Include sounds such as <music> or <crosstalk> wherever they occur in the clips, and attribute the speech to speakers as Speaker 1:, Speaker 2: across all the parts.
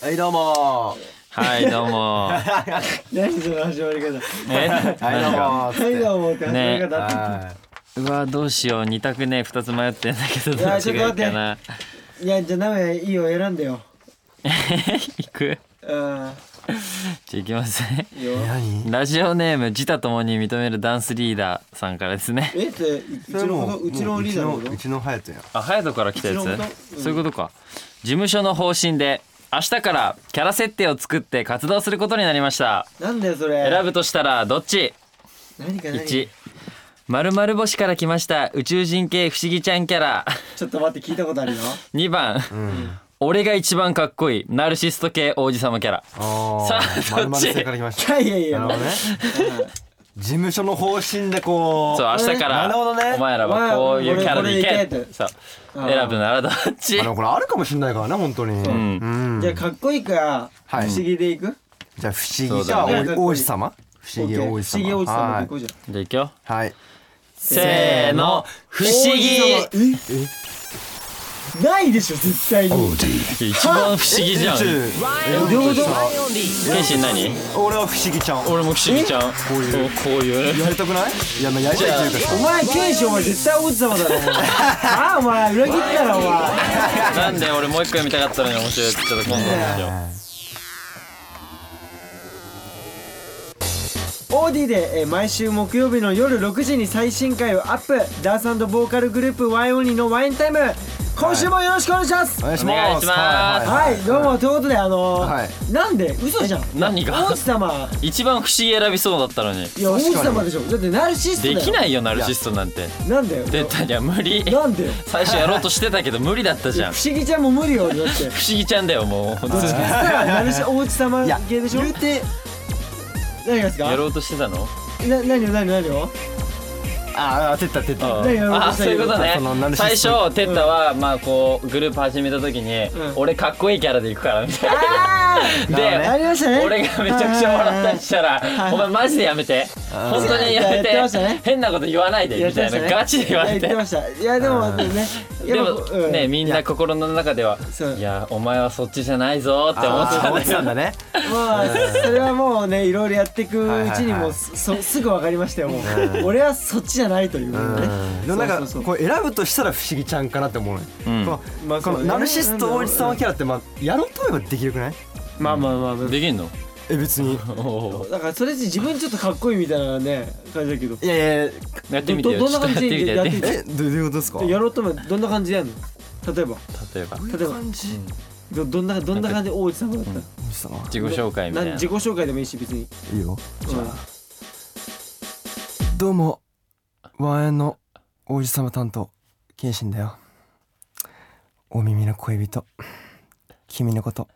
Speaker 1: はいどうも
Speaker 2: はい、どう <laughs> も。
Speaker 3: 何その始まり方。
Speaker 2: え
Speaker 1: はいどう
Speaker 2: 何が
Speaker 1: も
Speaker 3: はい、どうもって始まり方。
Speaker 1: は
Speaker 2: うわ、どうしよう。二択ね、二つ迷ってんだけど、
Speaker 3: う
Speaker 2: ど
Speaker 3: わ
Speaker 2: っちがいいかな。
Speaker 3: いや、じゃあ、名古いいよ、選んでよ。
Speaker 2: いく <laughs>
Speaker 3: あ
Speaker 2: じゃあいきますね。
Speaker 3: あ、いいよ
Speaker 1: い。何
Speaker 2: ラジオネーム、自他ともに認めるダンスリーダーさんからですね。
Speaker 3: えって、うちのこと、うちのリーダーのこ
Speaker 1: うちのハヤトやん
Speaker 2: あ、隼人から来たやつ、
Speaker 3: うちのことうん
Speaker 2: そういうことか。事務所の方針で、明日からキャラ設定を作って活動することになりました。
Speaker 3: となんだよ、それ。
Speaker 2: 選ぶとしたら、どっち
Speaker 3: 何か何
Speaker 2: ?1。まるまる星から来ました。宇宙人系不思議ちゃんキャラ。
Speaker 3: ちょっと待って、聞いたことあるよ。
Speaker 2: 2番。
Speaker 1: うん
Speaker 2: 俺が一番かっこいいナルシスト系王子様キャラ
Speaker 1: あ
Speaker 2: さ
Speaker 1: ー
Speaker 2: あ
Speaker 1: まるま
Speaker 2: どっ
Speaker 1: る
Speaker 2: ち
Speaker 1: 正から来まし
Speaker 3: い
Speaker 1: た
Speaker 3: やいやい
Speaker 1: な
Speaker 3: や。
Speaker 1: るほどね事務所の方針でこう
Speaker 2: そう明日か
Speaker 1: なるほどね
Speaker 2: らお前らはこういうキャラでい
Speaker 3: お前ら
Speaker 2: け
Speaker 3: これいけって
Speaker 2: そう
Speaker 3: うん
Speaker 2: 選ぶならどっち
Speaker 1: あのこれあるかもしれないからね本当にうんん
Speaker 3: じゃあ、かっこいいか、不
Speaker 1: はい
Speaker 3: 思議でいく。
Speaker 1: じゃあ不
Speaker 2: そ
Speaker 1: 思議
Speaker 2: うだ
Speaker 1: か
Speaker 3: ね
Speaker 1: 王王子様不思議
Speaker 3: オ
Speaker 1: 王
Speaker 3: ッ
Speaker 1: 子
Speaker 3: ケ
Speaker 1: 様
Speaker 3: ー不思議王子様
Speaker 1: は
Speaker 3: で
Speaker 1: い
Speaker 3: いこうじゃん。
Speaker 2: じゃあいくよ
Speaker 1: はい
Speaker 2: せーの不思議
Speaker 3: 議ないでしょ、絶対に。
Speaker 2: 一番不思議じゃん
Speaker 1: え
Speaker 2: 謙
Speaker 1: えどういうこと
Speaker 2: 信何
Speaker 1: 俺は不思議ちゃん
Speaker 2: 俺も不思議ちゃんこういうこういう
Speaker 1: やりたくないいやまあやりたいっていうか
Speaker 3: お前、九州、お前、絶対王子様だろ、お
Speaker 1: <laughs>
Speaker 3: 前。ああ、お前、裏切ったら、お前。
Speaker 2: なんで俺もう一回見たかったのに面白いちょっと今度にしよ
Speaker 3: オーディで、えー毎週木曜日の夜6時に最新回をアップダンスボーカルグループワイオンリーのワインタイム今週もよろしくお願いします
Speaker 1: お
Speaker 3: は
Speaker 1: 願いし
Speaker 2: お願
Speaker 1: ま
Speaker 2: いし
Speaker 1: す
Speaker 2: ます
Speaker 3: い、どうもということであのー
Speaker 1: はい
Speaker 3: なんで嘘じゃん
Speaker 2: う何が
Speaker 3: 王子様
Speaker 2: 一番不思議選びそうだったのに
Speaker 3: いや王
Speaker 1: 確か
Speaker 3: 子
Speaker 1: に
Speaker 3: 様でしょだってナルシストだ
Speaker 2: で
Speaker 3: よ
Speaker 2: きないよナルシストなんて
Speaker 3: なんだよ
Speaker 2: 出たには無理
Speaker 3: なんでよ
Speaker 2: 最初やろうとしてたけど無理だったじ
Speaker 3: 不
Speaker 2: ゃん不
Speaker 3: 思議ちゃんも無理よ
Speaker 2: <laughs>
Speaker 3: だって
Speaker 2: 思議ちゃんだよもう本当に
Speaker 3: だからナルシ王子様
Speaker 1: いや
Speaker 3: 系でしょ
Speaker 1: 言うて
Speaker 3: 何がですか
Speaker 2: や
Speaker 3: な
Speaker 2: ろうとしてたの
Speaker 3: 何を何を何を
Speaker 1: ああ焦った焦った
Speaker 2: あ
Speaker 3: ねやろうと
Speaker 2: あ
Speaker 3: した
Speaker 2: そういうことね
Speaker 1: そのナルシ
Speaker 2: 最
Speaker 1: スト
Speaker 2: 初テッタは、まあこうグループ始めた時に、
Speaker 3: うん
Speaker 2: 俺かっこいいキャラで行くからみたい
Speaker 3: あ
Speaker 2: な
Speaker 1: なるほ
Speaker 3: ああ
Speaker 2: で、
Speaker 3: りましたね
Speaker 2: 俺がめちゃくちゃ笑ったりしたら「
Speaker 3: い
Speaker 2: お前マジでやめて本当にやめて
Speaker 3: やってましたね
Speaker 2: 変なこと言わないで」
Speaker 3: や
Speaker 2: み
Speaker 3: って
Speaker 2: た
Speaker 3: ま
Speaker 2: い
Speaker 3: した
Speaker 2: な
Speaker 3: ね
Speaker 2: ガチで言われ
Speaker 3: いや
Speaker 2: て
Speaker 3: 言ってましたいやでもね
Speaker 2: で
Speaker 3: や
Speaker 2: も
Speaker 3: っぱうん
Speaker 2: ねみんな心の中では
Speaker 3: そう
Speaker 2: 「いやお前はそっちじゃないぞ」って思ってた
Speaker 1: あー
Speaker 2: ん
Speaker 1: 思
Speaker 2: だ
Speaker 1: っ
Speaker 2: け
Speaker 1: てたん
Speaker 2: ど
Speaker 1: だね
Speaker 3: まあそれはもうねいろいろやっていくうちに
Speaker 1: はいはいは
Speaker 3: も
Speaker 1: い
Speaker 3: そすぐ分かりましたよもう俺はそっちじゃないというね
Speaker 1: うんでもなん
Speaker 3: そ
Speaker 1: か
Speaker 3: うそうそう
Speaker 1: こう選ぶとしたら不思議ちゃんかなって思うのよ
Speaker 2: ん
Speaker 1: この
Speaker 3: まあ
Speaker 1: この
Speaker 3: そうね
Speaker 1: ナルシスト王子様キャラってまあやろうと思えばできるくない
Speaker 3: まあまあまあま
Speaker 2: できんの
Speaker 1: え別に
Speaker 2: おー
Speaker 3: あだからそれって自分ちょっとかっこいいみたいなね感じだけど
Speaker 1: いやいや
Speaker 2: やってみてよ
Speaker 3: ど
Speaker 2: ちょ
Speaker 3: ど
Speaker 2: っと
Speaker 3: んな
Speaker 2: やっ
Speaker 3: 感
Speaker 2: て
Speaker 3: じ
Speaker 2: みて
Speaker 3: で
Speaker 2: やってみ
Speaker 3: や
Speaker 2: て
Speaker 3: って
Speaker 1: えどういうことですか
Speaker 3: やろうと思えばどんな感じでやんの例えば
Speaker 2: 例えば
Speaker 3: 例えば
Speaker 1: じ
Speaker 3: どどんなどんな感じで王子様だった
Speaker 1: 王子様
Speaker 2: 自己紹介みた
Speaker 3: ない
Speaker 2: な
Speaker 3: 自己紹介でもいいし別に
Speaker 1: いいよ
Speaker 3: じゃ
Speaker 1: どうもワンエンの王子様担当謙信だよお耳の恋人君のこと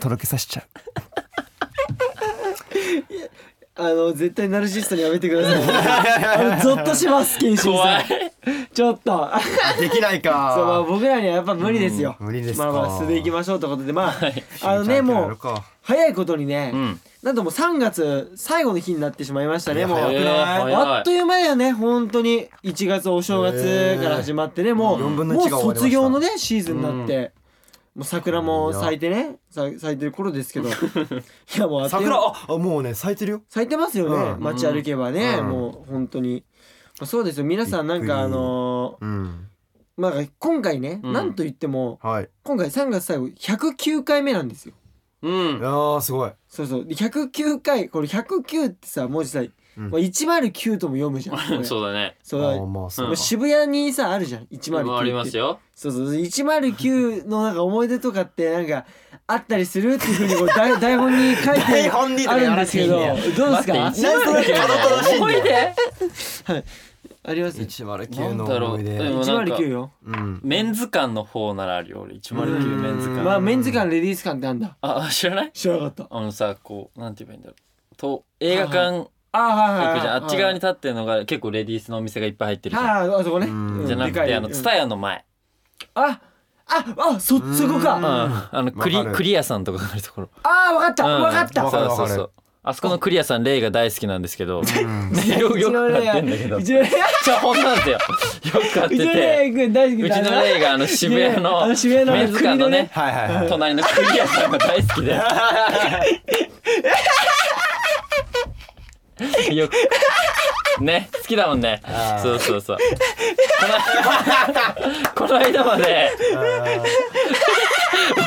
Speaker 1: とろけさせちゃう
Speaker 3: あの絶対ナルシストにやめてくだ
Speaker 2: <laughs>
Speaker 3: さいあのゾッとします謙信
Speaker 2: 怖
Speaker 3: さん
Speaker 2: い
Speaker 3: ちょっと
Speaker 1: できない
Speaker 3: そうまあ
Speaker 1: か
Speaker 3: 僕らにはやっぱ無理ですよ、
Speaker 1: うん無理です
Speaker 3: まあま
Speaker 1: か
Speaker 3: あ素でいきましょうということでまあ、あのねもう
Speaker 1: う
Speaker 3: 早いことにね、
Speaker 2: うん
Speaker 3: なんともう3月最後の日になってしまいました
Speaker 1: い
Speaker 3: ね
Speaker 1: や
Speaker 3: もう、
Speaker 1: 早くない
Speaker 2: 早い
Speaker 3: あっという間だよね本当に1月お正月から始まってね、もう
Speaker 1: 四分の
Speaker 3: もう
Speaker 1: 一が終わりました
Speaker 3: 卒業のねシーズンになって、もう桜も咲いてねさ咲いてる頃です
Speaker 1: <laughs>
Speaker 3: けどいやもうあっという
Speaker 1: 桜ああもうね咲いてるよ
Speaker 3: 咲いてますよね、
Speaker 1: うん
Speaker 3: 街歩けばね、
Speaker 1: うん
Speaker 3: もう本当にまあそうですよ皆さんなん
Speaker 1: びっく
Speaker 3: か
Speaker 1: り
Speaker 3: あの
Speaker 1: うん
Speaker 3: ーまあ今回ね、
Speaker 2: うん
Speaker 3: なんと言っても
Speaker 1: はい
Speaker 3: 今回3月最後109回目なんですよ
Speaker 2: うん
Speaker 1: あすごい
Speaker 3: そうそうで109回これ109ってさ文字さ、
Speaker 1: うん
Speaker 3: まあ、109とも読むじゃんこれ
Speaker 2: そうだね
Speaker 3: そう
Speaker 1: あ
Speaker 3: だ
Speaker 1: ーまあそう
Speaker 3: まあ渋谷にさあるじゃん109って
Speaker 2: ありますよ
Speaker 3: そうそう109のなんか思い出とかってなんかあったりするっていうふうにこ <laughs> う台台本に書いて
Speaker 1: 本に
Speaker 3: あるんですけどどうです <laughs> か
Speaker 2: 待って109思い出
Speaker 3: あります
Speaker 1: 109の思い
Speaker 2: なんだろ
Speaker 1: 出
Speaker 2: う
Speaker 3: 109よ
Speaker 1: うん
Speaker 2: メンズ館の方ならあるよ俺109メンズ
Speaker 1: う
Speaker 2: 館
Speaker 1: ん
Speaker 3: まあメンズ館レディース館ってあんだ
Speaker 2: ああ知らない
Speaker 3: 知らなかった
Speaker 2: あのさこうなんて言えばいいんだろうと映画館
Speaker 3: ああはい
Speaker 2: 行
Speaker 3: は
Speaker 2: く
Speaker 3: い
Speaker 2: じ
Speaker 3: はい
Speaker 2: ゃんあっち側に立ってるのが結構レディースのお店がいっぱい入ってるじゃん
Speaker 3: はいはいあそこね
Speaker 1: うん
Speaker 3: うん
Speaker 2: じゃなく
Speaker 3: でかい
Speaker 2: てあの
Speaker 3: うん
Speaker 2: 蔦屋の前
Speaker 3: あああそそこか
Speaker 1: うん
Speaker 2: うんあのク
Speaker 1: わ
Speaker 2: リ
Speaker 1: かる
Speaker 2: クリアさんとかがあるところ
Speaker 3: ああ、わかった、
Speaker 2: うん
Speaker 3: わかった。 <laughs>
Speaker 1: わかるわか
Speaker 2: そう
Speaker 1: る
Speaker 2: そうそうあそこのクリアさんレイが大好きなんですけど、ねよよく買ってんだけど
Speaker 3: うちのレイ
Speaker 2: じゃ本当なんですよよく買っ
Speaker 3: うち
Speaker 2: て
Speaker 3: のレイ
Speaker 2: て
Speaker 3: 君大好き
Speaker 2: う
Speaker 3: だ
Speaker 2: ちのレイがあの渋谷
Speaker 3: いやあ
Speaker 2: の
Speaker 3: の渋谷の
Speaker 2: メンズ館のね
Speaker 1: はいはいはい
Speaker 2: 隣のクリアさんが大好き
Speaker 1: <laughs>
Speaker 2: でよくね好きだもんね
Speaker 1: あー
Speaker 2: そうそうそうこの <laughs> この間まで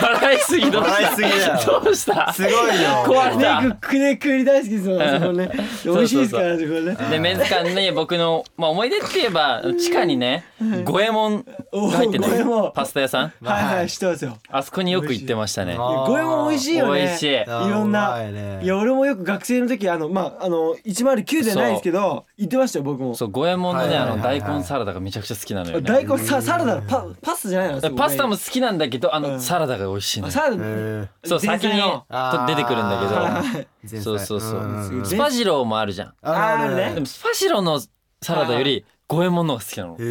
Speaker 2: 笑いすぎどう
Speaker 1: 笑い
Speaker 2: し
Speaker 1: すぎだよ
Speaker 2: たどうした
Speaker 1: すごいよ
Speaker 2: 壊れた
Speaker 3: レイ君くねくり大好きですよあそこね美味しいですからねそこね
Speaker 2: でメンズ館ね僕の、まあ、思い出って言えば地下にね五右衛門が入って
Speaker 3: おー五右衛門
Speaker 2: るパスタ屋さん
Speaker 3: はいはい知ってますよ
Speaker 2: あそこによく行ってましたね
Speaker 1: あー
Speaker 3: これも美味しいよね
Speaker 2: 美味しい
Speaker 3: いろん
Speaker 1: うま
Speaker 3: ない
Speaker 1: ね
Speaker 3: いや俺もよく学生の時あのまああの109じゃないですけど行ってましたよ僕も
Speaker 2: そう五右衛門のねあ
Speaker 1: は
Speaker 2: の
Speaker 1: いはいはい
Speaker 2: 大根サラダがめちゃくちゃ好きなのよね
Speaker 3: 大根さサラダパパスタじゃないのすごい
Speaker 2: パスタも好きなんだけどあ
Speaker 3: う
Speaker 2: の
Speaker 3: ん
Speaker 2: サラダが美味しいの
Speaker 3: あ
Speaker 2: よ
Speaker 3: サラダ
Speaker 1: へ
Speaker 2: そう
Speaker 3: 前
Speaker 2: 先
Speaker 3: 菜
Speaker 2: に
Speaker 3: の
Speaker 1: あー
Speaker 2: 出てくるんだ
Speaker 3: はい
Speaker 1: ー前菜
Speaker 2: そうそうそうん
Speaker 1: んん
Speaker 2: けどスパジローもあるじゃん
Speaker 1: ある
Speaker 3: あ
Speaker 1: ね
Speaker 3: る
Speaker 2: で
Speaker 3: ね
Speaker 2: もスパジローのサラダより五右衛門の方が好きなのち
Speaker 1: へ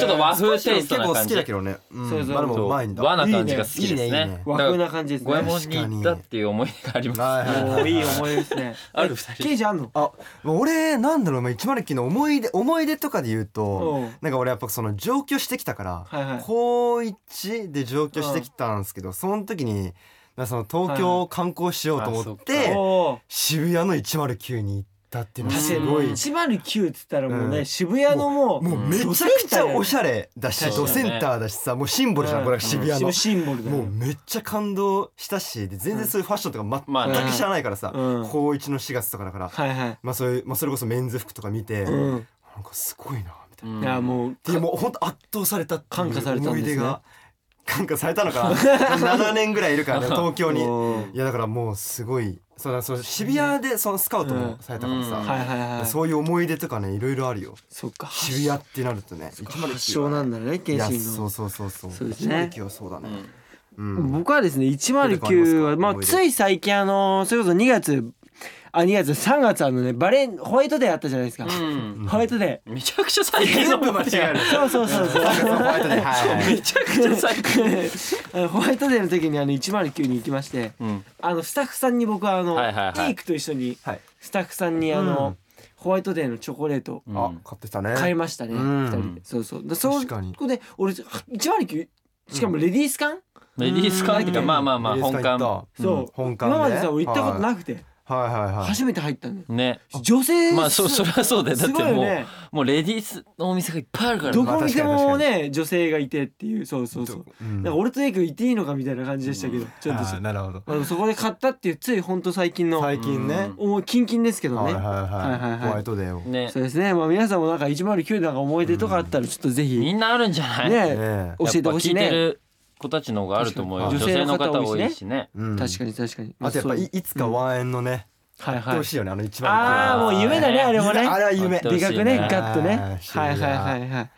Speaker 1: ー
Speaker 2: ょっと和風テイスト
Speaker 1: 結
Speaker 2: な
Speaker 1: 構好
Speaker 2: 感
Speaker 1: き
Speaker 2: じ
Speaker 1: だけどねうん
Speaker 3: そうそう
Speaker 1: まあでもうまいんだ
Speaker 2: 和な感じが好きです
Speaker 1: いいねいい
Speaker 2: ね
Speaker 1: ね
Speaker 3: 和風な感じですね
Speaker 2: 五右衛門に行ったっていう思い出があります
Speaker 1: はいはいはい
Speaker 3: もういい思い出ですね
Speaker 2: <laughs> ある二人
Speaker 3: ケイジあんの
Speaker 1: あ俺なんだろうまあ109の思い出思い出とかで言う
Speaker 3: う
Speaker 1: と
Speaker 3: ん
Speaker 1: なんか俺やっぱその上京してきたから、
Speaker 3: はいはい
Speaker 1: 高1で上京してきたんですけど、その時になんかその東京を観光しようと思って、
Speaker 2: はいはいあ
Speaker 3: おー
Speaker 1: 渋谷の109に行ったっていうのが
Speaker 3: 確か
Speaker 1: す
Speaker 3: に
Speaker 1: ごい、
Speaker 3: 109っつったらもうね、
Speaker 1: うん
Speaker 3: 渋谷のもう
Speaker 1: もうめちゃくちゃおしゃれだし
Speaker 2: 確かに
Speaker 1: ドセンターだしさもうシンボルじゃんこれは渋谷の
Speaker 3: の。シンボルだ
Speaker 1: もうめっちゃ感動したしで全然そういうファッションとか
Speaker 2: まあね
Speaker 1: 全く知らないからさ、
Speaker 3: うん
Speaker 1: 高1の4月とかだから、
Speaker 3: はいはい、
Speaker 1: まあ、そういうまあ、それこそメンズ服とか見て、
Speaker 3: うん、
Speaker 1: なんかすごいなみたいな。
Speaker 2: うん
Speaker 3: いやもう
Speaker 1: でもう本当圧倒されたっていう
Speaker 3: 感化されたん
Speaker 1: 思
Speaker 3: ですね
Speaker 1: い出が感化されたのか
Speaker 3: <laughs>
Speaker 1: な7年ぐらいいるからね東京に
Speaker 3: うん
Speaker 1: いやだからもうすごいそうだそう渋谷でそのスカウトもされたからさ、
Speaker 2: うん
Speaker 3: はいはいはい
Speaker 1: そういう思い出とかねいろいろあるよ
Speaker 3: そっか
Speaker 1: 渋谷ってなるとね
Speaker 3: 発祥なんだね
Speaker 1: い
Speaker 3: 謙
Speaker 1: や
Speaker 3: 信
Speaker 1: そ
Speaker 3: の
Speaker 1: うそうそうそう
Speaker 3: そうですね
Speaker 1: 109はそうだねう、
Speaker 3: うんん
Speaker 1: うん、
Speaker 3: 僕はですね
Speaker 1: 思
Speaker 3: 109は、
Speaker 1: い出
Speaker 3: まあ、つい最近あのそれこそ2月あ2月3月あのねバレンホワイトデーあったじゃないですか、
Speaker 2: うん
Speaker 3: ホワイトデ
Speaker 2: めちゃくちゃ最近
Speaker 1: 全
Speaker 2: の
Speaker 1: 部間違える
Speaker 3: ーそうそうそうそう
Speaker 1: なんかそのホワイトデーはいはい
Speaker 2: めちゃくちゃ最近
Speaker 3: あ <laughs> のホワイトデーの時にあの109に行きまして、
Speaker 2: うん
Speaker 3: あのスタッフさんに僕はあの、
Speaker 2: はいはいはい
Speaker 3: エイクと一緒に
Speaker 1: はい
Speaker 3: スタッフさんにあの、
Speaker 1: うん
Speaker 3: ホワイトデーのチョコレート
Speaker 2: うん
Speaker 1: あ買ってたね
Speaker 3: 買いましたね、
Speaker 1: うん
Speaker 3: 二人でそうそうでそ
Speaker 1: 確かに
Speaker 3: こで俺109しかもレディース館、
Speaker 2: レディースカーっていうかまあまあまあ
Speaker 1: レディー
Speaker 2: 本
Speaker 1: ス館行
Speaker 2: 館
Speaker 1: った
Speaker 3: そう、
Speaker 1: ん本館ね
Speaker 3: 今までさ俺行ったことなくて、
Speaker 1: はいはいはい
Speaker 3: 初めて入ったんだよ
Speaker 2: ね
Speaker 3: 女性
Speaker 2: まあそうそれはそうだよだっ
Speaker 3: す
Speaker 2: て
Speaker 3: ごいよ
Speaker 2: も
Speaker 3: ね
Speaker 2: うもうレディースのお店がいっぱいあるから
Speaker 3: ど
Speaker 2: ね
Speaker 3: こ見てもね女性がいてっていうそうそうそう、
Speaker 1: うん
Speaker 3: なんか俺とエイク行っていいのかみたいな感じでしたけど、ちょっと
Speaker 1: あーなるほど
Speaker 3: あのそこで買ったっていうついほんと最近の
Speaker 1: 最近ね、
Speaker 3: おキンキンですけど
Speaker 1: は
Speaker 3: ね、
Speaker 1: いはいはい
Speaker 3: はいはいはい
Speaker 1: ホワイトデーをね
Speaker 2: ね
Speaker 3: そうですねまあ皆さんもなんか109なんか思い出とかあったらちょっとぜひ、
Speaker 2: みんなあるんじゃない
Speaker 3: ね
Speaker 1: え
Speaker 3: 教えてほしい
Speaker 2: やっぱ聞いて
Speaker 3: ね
Speaker 2: る子たちの方があると思うよ女
Speaker 3: 確か
Speaker 2: 性
Speaker 3: に
Speaker 2: の
Speaker 3: 女性の
Speaker 2: 方
Speaker 3: 方
Speaker 2: 多
Speaker 3: 多
Speaker 2: い
Speaker 3: い
Speaker 2: し
Speaker 3: し
Speaker 2: ね
Speaker 1: うん
Speaker 3: 確かに確かに、
Speaker 1: あとやっぱい
Speaker 3: そう
Speaker 1: いつかワンエンのね
Speaker 3: はい
Speaker 1: やって
Speaker 3: は
Speaker 1: ほ
Speaker 3: い
Speaker 1: しいよねあの一番
Speaker 3: ああもう夢だねあれもね
Speaker 1: あれは夢
Speaker 2: あ
Speaker 3: でかくね
Speaker 2: 欲しいね
Speaker 3: ガッとね
Speaker 1: あー欲しいな
Speaker 3: はいはいはいはいまあ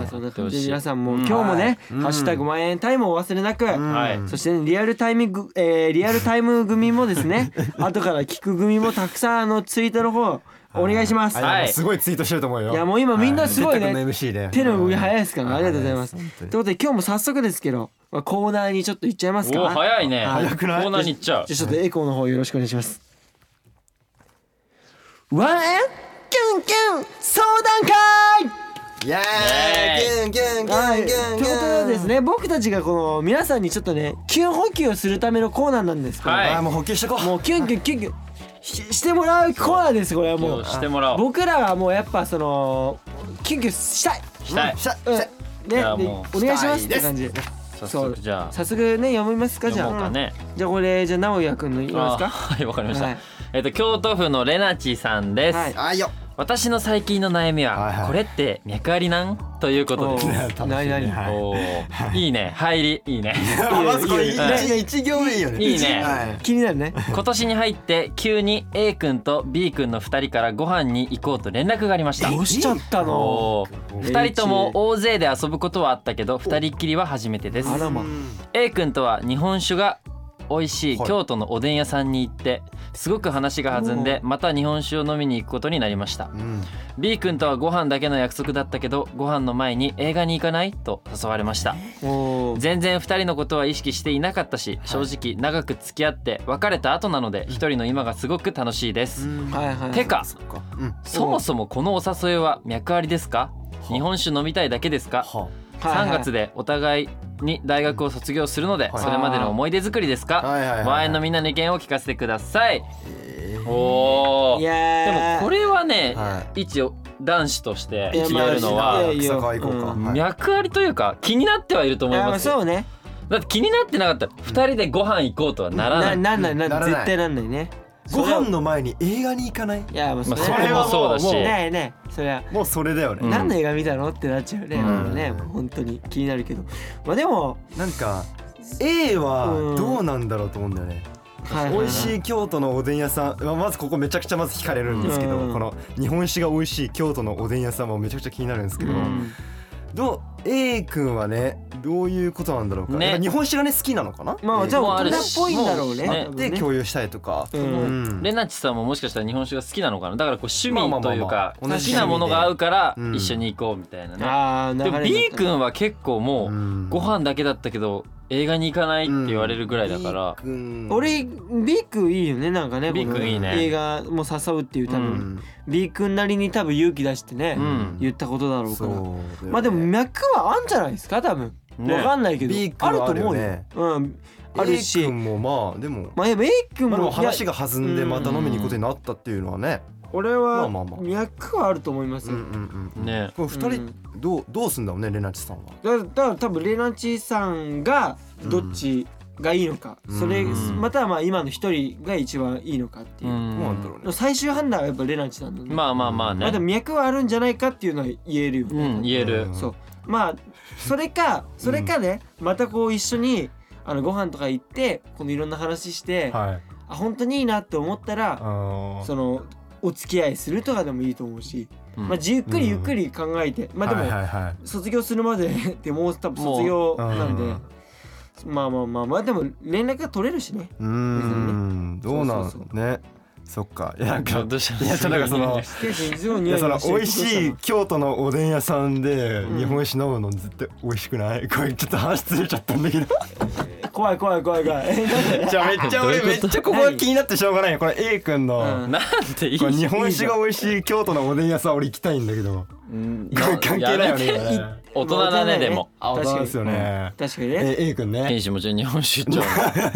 Speaker 1: ね
Speaker 3: そんな感じで皆さんも今日もね「
Speaker 1: うん
Speaker 3: ハッシュタグ万円タイム」をお忘れなく、
Speaker 1: うん
Speaker 2: はい
Speaker 3: そしてねリアルタイムグ、えーリアルタイム組もです
Speaker 1: <laughs>
Speaker 3: ね後から聞く組もたくさんあのツイートの方お願いします、
Speaker 1: あ
Speaker 2: はい
Speaker 1: れすごいツイートしてると思うよ
Speaker 3: いやもう今みんな
Speaker 1: はい
Speaker 3: すごいね
Speaker 1: せっかくの MC で
Speaker 3: 手の動き早いですから、
Speaker 1: うん
Speaker 3: ありがとうございます。と
Speaker 1: は
Speaker 3: いう
Speaker 1: 本当に
Speaker 3: ことで今日も早速ですけど、まあ、コーナーにちょっと行っちゃいますか。
Speaker 2: おお早いね
Speaker 3: はい
Speaker 1: 早くない
Speaker 2: コーナーに行っちゃう
Speaker 3: じゃあちょっとエコーの方よろしくお願いします。ワンエンキュンキュン相談会
Speaker 1: イエーイギュンギュンギ
Speaker 3: は
Speaker 1: ュ
Speaker 3: い、
Speaker 1: ン
Speaker 3: と
Speaker 1: ギ
Speaker 3: い
Speaker 1: ュン
Speaker 3: う
Speaker 1: ギ
Speaker 3: こ
Speaker 1: ュン
Speaker 3: とでですね僕たちがこの皆さんにちょっとねキュン補給をするためのコーナーなんですけど、
Speaker 2: はい
Speaker 1: あーもう補給しとこう
Speaker 3: もうキュンキュンキュンキュンししてもらうコーナーですこれはも
Speaker 2: 今
Speaker 3: う
Speaker 2: 日してもらおう
Speaker 3: 僕らはもうやっぱそのキュンキュンしたい、
Speaker 2: したい
Speaker 1: しゃ
Speaker 3: うん
Speaker 1: しゃ
Speaker 3: ね
Speaker 2: じゃあ
Speaker 3: で
Speaker 2: もう
Speaker 3: お願いします
Speaker 1: しい
Speaker 3: った
Speaker 1: で
Speaker 3: て
Speaker 1: す
Speaker 3: 感じ
Speaker 2: 早
Speaker 3: そう
Speaker 2: 速じゃあ
Speaker 3: 早速ね読みますかじゃ
Speaker 2: 読もう
Speaker 3: あ、
Speaker 2: かね
Speaker 3: じゃあこれじゃあ直哉くんの言いま
Speaker 2: あ
Speaker 3: す
Speaker 2: ー <laughs>
Speaker 3: か
Speaker 2: はいわかりまし
Speaker 3: は
Speaker 2: た
Speaker 3: い
Speaker 2: えっと京都府のレナチさんです
Speaker 3: はい
Speaker 1: あいよ
Speaker 2: 私の最近の悩み
Speaker 1: はいは
Speaker 2: はいこれって脈ありなんということです
Speaker 1: ね楽しいね
Speaker 3: なになに
Speaker 1: はい
Speaker 2: おーいいね入りいい
Speaker 3: <laughs>
Speaker 2: ね
Speaker 1: まずこれ
Speaker 3: いい
Speaker 1: 一
Speaker 3: よ
Speaker 1: 行一行目いいよね
Speaker 2: いいね
Speaker 1: はい
Speaker 3: 気になるね
Speaker 2: 今年に入って急に A 君と B 君の2人からご飯に行こうと連絡がありました
Speaker 3: どうしちゃったの
Speaker 2: お2人とも大勢で遊ぶことはあったけど2人っきりは初めてです
Speaker 3: あらま
Speaker 1: うん
Speaker 2: A 君とは日本酒が美味しい
Speaker 1: はい
Speaker 2: 京都のおでん屋さんに行ってすごく話が弾んでまた日本酒を飲みに行くことになりました
Speaker 1: うん、
Speaker 2: B 君とはご飯だけの約束だったけどご飯の前に映画に行かないと誘われました
Speaker 3: おー
Speaker 2: 全然2人のことは意識していなかったし正直長く付き合って別れた後なので一人の今がすごく楽しいです
Speaker 3: はいはい
Speaker 2: てか
Speaker 1: そっかうん
Speaker 2: そもそもこのお誘いは脈ありですか日本酒飲みたいだけですか
Speaker 1: は
Speaker 3: はいはい
Speaker 2: 3月でお互いに大学を卒業するので
Speaker 1: はい
Speaker 2: それまでの思い出作りです
Speaker 1: あはいはいはい
Speaker 2: か
Speaker 1: はい
Speaker 2: ワインのみんなの意見を聞かせてください
Speaker 1: えー
Speaker 2: おお
Speaker 3: い
Speaker 2: でも
Speaker 3: やー
Speaker 2: これはね
Speaker 1: は
Speaker 2: 一男子として
Speaker 3: いや
Speaker 2: やるの
Speaker 3: まあ
Speaker 2: は
Speaker 3: やいや
Speaker 1: 草川行こうか、
Speaker 3: う
Speaker 1: はい
Speaker 2: 脈ありというか気になってはいると思い
Speaker 3: あま
Speaker 2: ま
Speaker 3: あ
Speaker 2: すよ
Speaker 3: そうね
Speaker 2: だって気になってなかったら2人でご飯行こうとはならない
Speaker 3: んないなん
Speaker 1: なら
Speaker 3: な
Speaker 1: ない
Speaker 3: い絶対なんないね
Speaker 1: ご飯の前に映画に行かない
Speaker 3: いやもう
Speaker 2: まあ
Speaker 1: それもそうだし
Speaker 3: もねえねえそりゃ
Speaker 1: もうそれだよね、
Speaker 2: うん
Speaker 3: 何の映画見たのってなっちゃうね、
Speaker 2: うん
Speaker 3: もうね本当に気になるけどまあでも、
Speaker 1: なんか A はどうなんだろうと思うんだよね、
Speaker 3: はいはい
Speaker 1: 美味し
Speaker 3: い
Speaker 1: い京都のおでん屋さんまあまずここめちゃくちゃまず惹かれるんですけど、
Speaker 3: うん
Speaker 1: この日本酒が美味しい京都のおでん屋さんもめちゃくちゃ気になるんですけど、
Speaker 2: うん
Speaker 1: どう A 君はねどういうことなんだろうか、
Speaker 2: ね
Speaker 1: やっぱ日本酒がね好きなのかな
Speaker 3: まあじゃあ
Speaker 2: もうあ
Speaker 3: 大
Speaker 2: る
Speaker 3: 人っ
Speaker 2: し
Speaker 3: ぽいんだろうね
Speaker 2: もうね
Speaker 3: 多分
Speaker 1: で共有したいとか、
Speaker 3: うん
Speaker 1: うん
Speaker 2: レナチさんももしかしたら日本酒が好きなのかなだからこう趣
Speaker 1: まあまあま
Speaker 2: 味と
Speaker 1: あ
Speaker 2: い
Speaker 1: ま
Speaker 2: う
Speaker 1: あ
Speaker 2: か
Speaker 1: 同
Speaker 2: 好
Speaker 1: じ
Speaker 2: きなものが合うから
Speaker 1: うん
Speaker 2: 一緒に行こうみたいなね
Speaker 3: ああ流
Speaker 2: で
Speaker 3: れ
Speaker 2: も
Speaker 3: にな
Speaker 2: B
Speaker 3: った
Speaker 2: 君は結構も
Speaker 1: うん
Speaker 2: うご飯だけだったけど映画に行かないって言われるぐらいだから、
Speaker 1: B 君
Speaker 3: 俺 B 君いいよねなんかね
Speaker 2: B 君
Speaker 3: この
Speaker 2: いいね
Speaker 3: 映画も誘うっていう多分、
Speaker 1: う
Speaker 2: うん
Speaker 3: B 君なりに多分勇気出してね、
Speaker 2: うん
Speaker 3: 言ったことだろうか
Speaker 1: そう
Speaker 3: ら
Speaker 1: だよね
Speaker 3: まあでも脈はあんじゃないですか多分、
Speaker 2: ね
Speaker 3: わかんないけど
Speaker 1: B 君
Speaker 3: ある
Speaker 1: は
Speaker 3: と
Speaker 1: ある
Speaker 3: 思
Speaker 1: よ
Speaker 3: うよ、
Speaker 1: ね
Speaker 3: うんある
Speaker 1: A
Speaker 3: し
Speaker 1: 君もまあでも、
Speaker 3: まあでも A 君
Speaker 1: まあ、で
Speaker 3: も
Speaker 1: も話が弾んで
Speaker 3: うん
Speaker 1: また飲みに行くことになったっていうのはね、
Speaker 3: 俺は
Speaker 1: まあまあまあ
Speaker 3: 脈はあると思います
Speaker 1: うん
Speaker 3: よ、
Speaker 1: うんうん、
Speaker 2: ね
Speaker 1: これ二
Speaker 3: う
Speaker 1: 人どうどうすんだろうねレナチさんは。
Speaker 3: だだから多分レナチさんがどっちがいいのか、
Speaker 1: うん
Speaker 3: それ
Speaker 2: うん
Speaker 3: またはまあ今の一人が一番いいのかっていうう、
Speaker 1: どうんなんだろうね。
Speaker 3: 最終判断はやっぱレナチなんだね、
Speaker 2: まあまあまあね、
Speaker 3: まあでも脈はあるんじゃないかっていうのは言えるよね、
Speaker 2: うん言える、
Speaker 1: うん
Speaker 3: そうまあそれかそれかね、またこう一緒にあのご飯とか行ってこのいろんな話して、
Speaker 1: はい。
Speaker 3: あ本当にいいなって思ったら、
Speaker 1: あ
Speaker 3: そのお付き合いするとかでもいいと思うし、
Speaker 2: うん
Speaker 3: まあじっくりゆっくり考えて、まあでも、
Speaker 1: はいはいはい
Speaker 3: 卒業するまで <laughs> でもう多分卒業なんで、
Speaker 1: うん
Speaker 3: まあまあまあまあでも連絡が取れるしね
Speaker 1: うーんどうな
Speaker 3: そうそう
Speaker 1: のね。そっかいやなんか
Speaker 2: どうした
Speaker 1: いやちょっとなんかそのいやその美味しい京都のおでん屋さんで
Speaker 3: ん
Speaker 1: 日本酒飲むの絶対美味しくない。これちょっと話ずれちゃったんだけど。
Speaker 3: <laughs> 怖い怖い怖い怖いなんで
Speaker 1: じゃあめっちゃ俺
Speaker 2: どう
Speaker 1: め
Speaker 2: いう
Speaker 1: っ
Speaker 2: こと
Speaker 1: ちゃここが気になってしょうがないよ。これ A 君
Speaker 3: うん
Speaker 1: の。
Speaker 2: なんていい
Speaker 1: これ日本酒が美味しい京都のおでん屋さん俺行きたいんだけど
Speaker 2: うん
Speaker 1: これ関係ないよね
Speaker 2: やめて大人だねでも
Speaker 3: まあ大
Speaker 1: 確
Speaker 3: 人だね
Speaker 1: か
Speaker 3: 確か
Speaker 1: で
Speaker 3: に
Speaker 1: すよね、
Speaker 3: 確かに
Speaker 1: え
Speaker 3: ね
Speaker 1: A 君ね
Speaker 2: 天使もじゃあ日本酒
Speaker 1: <laughs>
Speaker 2: 行っちゃ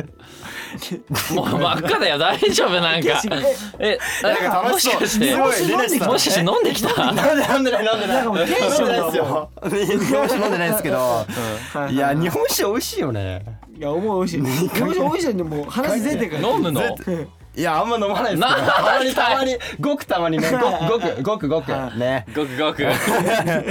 Speaker 2: うもう真っ赤だよ大丈夫なんかえ
Speaker 1: なんか楽しそう
Speaker 2: もしかして
Speaker 1: すごい
Speaker 3: 日本酒飲んできた
Speaker 2: もしかして飲んでき
Speaker 1: な
Speaker 2: た
Speaker 1: んでなんでないなんで
Speaker 3: なんかもうテンションだもん
Speaker 1: 日本酒飲んでないですけど、
Speaker 3: はいはい
Speaker 1: い
Speaker 3: は
Speaker 1: や
Speaker 3: い
Speaker 1: 日本酒美味しいよね
Speaker 3: いや思う美味しい日本酒美味しいでもう話出て <laughs> から
Speaker 2: 飲むの
Speaker 3: うん
Speaker 1: いやあんま飲まないですけど
Speaker 2: なんだ
Speaker 1: たまにたまにごくたまにね
Speaker 3: はい
Speaker 1: ごくごくごくご
Speaker 3: は
Speaker 1: くね
Speaker 2: ご
Speaker 1: <laughs>
Speaker 2: くごく
Speaker 1: なん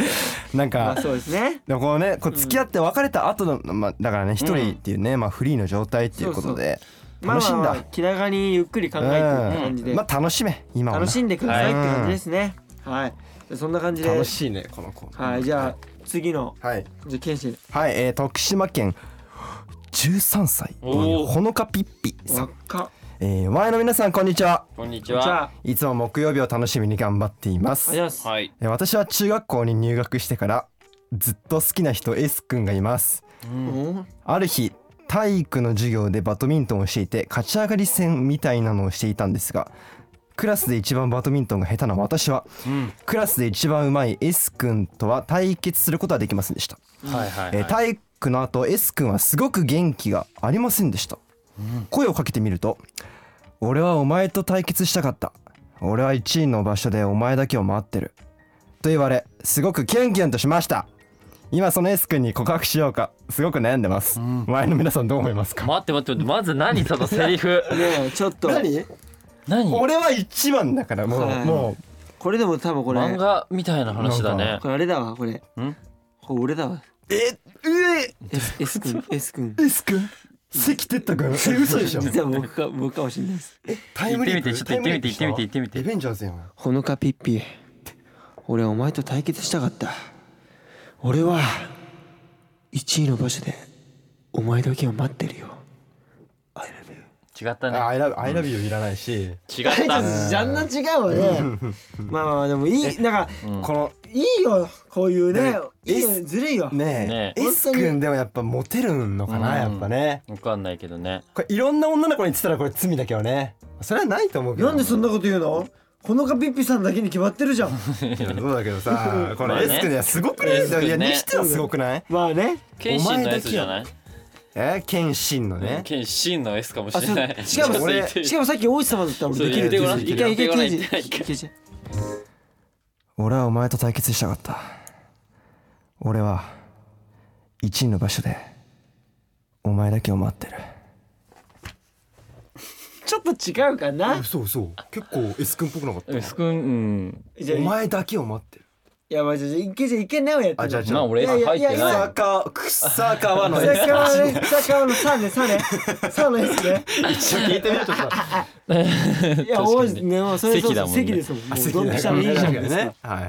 Speaker 3: ま
Speaker 1: か
Speaker 3: あそうですね
Speaker 1: でもこのねこう付き合って別れた後の、まあ、だからね一人っていうね、まあ、フリーの状態っていうことで
Speaker 3: まあ
Speaker 1: 楽しいん
Speaker 3: ま
Speaker 1: だ、
Speaker 3: あ気長にゆっくり考えていく感じ
Speaker 1: うん
Speaker 3: で
Speaker 1: まあ楽しめ今はな
Speaker 3: 楽しんでくださいって感じですねはいじゃあそんな感じで
Speaker 1: 楽しいねこの子
Speaker 3: はいじゃあ次の
Speaker 1: はい
Speaker 3: じゃあケンシン
Speaker 1: はい、えー、徳島県13歳
Speaker 2: おー
Speaker 1: ほのかぴっぴさ
Speaker 3: 輪
Speaker 1: ん
Speaker 3: っ、か
Speaker 1: えー、前の皆さんこんにちは
Speaker 2: こんにち
Speaker 3: じゃ
Speaker 2: は
Speaker 3: あ
Speaker 1: いつも木曜日を楽しみに頑張っていま
Speaker 3: あ
Speaker 1: す
Speaker 3: りがとうございます
Speaker 2: はい
Speaker 1: えー私は中学校に入学してからずっと好きな人 S 君がいます
Speaker 3: うん
Speaker 1: ある日体育の授業でバドミントンをしていて勝ち上がり戦みたいなのをしていたんですがクラスで一番バドミントンが下手な私は
Speaker 2: うん
Speaker 1: クラスで一番うまい S 君とは対決することはできませんでした
Speaker 2: はいはい
Speaker 1: えー体育の後 S 君はすごく元気がありませんでした、声をかけてみると「俺はお前と対決したかった俺は1位の場所でお前だけを待ってる」と言われすごくキュンキュンとしました今その S 君に告白しようかすごく悩んでます、前の皆さんどう思いますか
Speaker 2: 待って待って待ってまず何そのセリ
Speaker 1: <laughs>
Speaker 2: フ
Speaker 3: ねえちょっと
Speaker 2: 何
Speaker 1: 俺は一番だからもう、
Speaker 3: はい
Speaker 1: も
Speaker 3: これでも多分これ
Speaker 2: 漫画みたいな話だ
Speaker 1: な
Speaker 2: ね
Speaker 1: ん
Speaker 3: これあれだわこれ
Speaker 2: ん
Speaker 3: これ俺だわ
Speaker 1: うええ
Speaker 3: S, <laughs> S 君 S 君
Speaker 1: S 君関哲太君え <laughs> 嘘でしょ
Speaker 3: 実は僕か僕かもしれないです
Speaker 1: タ
Speaker 2: 行ってみてちょっと行ってみて行ってみて行ってみて
Speaker 1: リベンジャーズやん
Speaker 3: ほのかピッピ俺はお前と対決したかった俺は1位の場所でお前だけを待ってるよ I love
Speaker 2: 違ったね
Speaker 1: あ I love, I love you いらないし、
Speaker 2: 違
Speaker 3: ちょっ
Speaker 2: った
Speaker 3: とジャンル違うわねまあまあまあでもいいなんか
Speaker 1: この
Speaker 3: いいよこういうね
Speaker 1: ね
Speaker 3: いいよずるいよ
Speaker 1: ねえ
Speaker 2: ねえ
Speaker 1: S 君でもやっぱモテるのかな、
Speaker 2: うん
Speaker 1: やっぱね
Speaker 2: わかんないけどね
Speaker 1: これいろんな女の子に言ってたらこれ罪だけどねそれはないと思うけど
Speaker 3: なんでそんなこと言うのほのかピッピさんだけに決まってるじゃん
Speaker 1: そうだけど <laughs> さこ
Speaker 2: まあ
Speaker 1: れ
Speaker 2: ね
Speaker 1: S 君いやすごくないですよ
Speaker 2: S
Speaker 1: い
Speaker 2: 君
Speaker 1: や
Speaker 2: ね
Speaker 1: にしてはすごくない
Speaker 3: まあね
Speaker 2: 謙信のやつじゃない
Speaker 1: え謙信のね
Speaker 2: 謙信の S かも
Speaker 3: あ
Speaker 2: し
Speaker 3: そ
Speaker 2: れな
Speaker 3: う
Speaker 2: い
Speaker 3: しかも
Speaker 1: 俺
Speaker 3: 俺しかもさっき王子様だったら俺
Speaker 2: そう
Speaker 3: でき
Speaker 2: 言っ
Speaker 3: る
Speaker 2: てごらん
Speaker 3: いけいけ
Speaker 2: 言
Speaker 3: いけ
Speaker 2: ってごらん
Speaker 3: いけいけいけ
Speaker 1: 俺はお前と対決したかった俺は1位の場所でお前だけを待ってる
Speaker 3: ちょっと違うかな
Speaker 1: そうそう結構 S 君っぽくなかっ
Speaker 2: S 君うん
Speaker 3: じゃあ
Speaker 1: お前だけを待ってる
Speaker 3: いやまあじゃあいけじゃあいけないをやって
Speaker 1: あじゃあ
Speaker 3: み
Speaker 1: じ
Speaker 2: ま
Speaker 1: ゃ
Speaker 2: あ
Speaker 1: あ
Speaker 2: 俺 S 入って
Speaker 3: いやいやい
Speaker 2: な
Speaker 3: や
Speaker 2: い
Speaker 1: か草川 <laughs> の
Speaker 3: よう
Speaker 1: S
Speaker 3: さあねさあ川のさあねさあねさあのです
Speaker 1: ち
Speaker 3: ね
Speaker 1: ょっと聞いてみようちょっと <laughs>
Speaker 3: いや
Speaker 2: 確か
Speaker 3: 王
Speaker 2: に
Speaker 3: 子ねもうそれそ
Speaker 2: 席
Speaker 3: う
Speaker 2: だ
Speaker 3: そ
Speaker 2: も
Speaker 3: う
Speaker 2: んね
Speaker 3: 席ですもんもうドンピシャのいいじゃんですか
Speaker 1: ねはいはい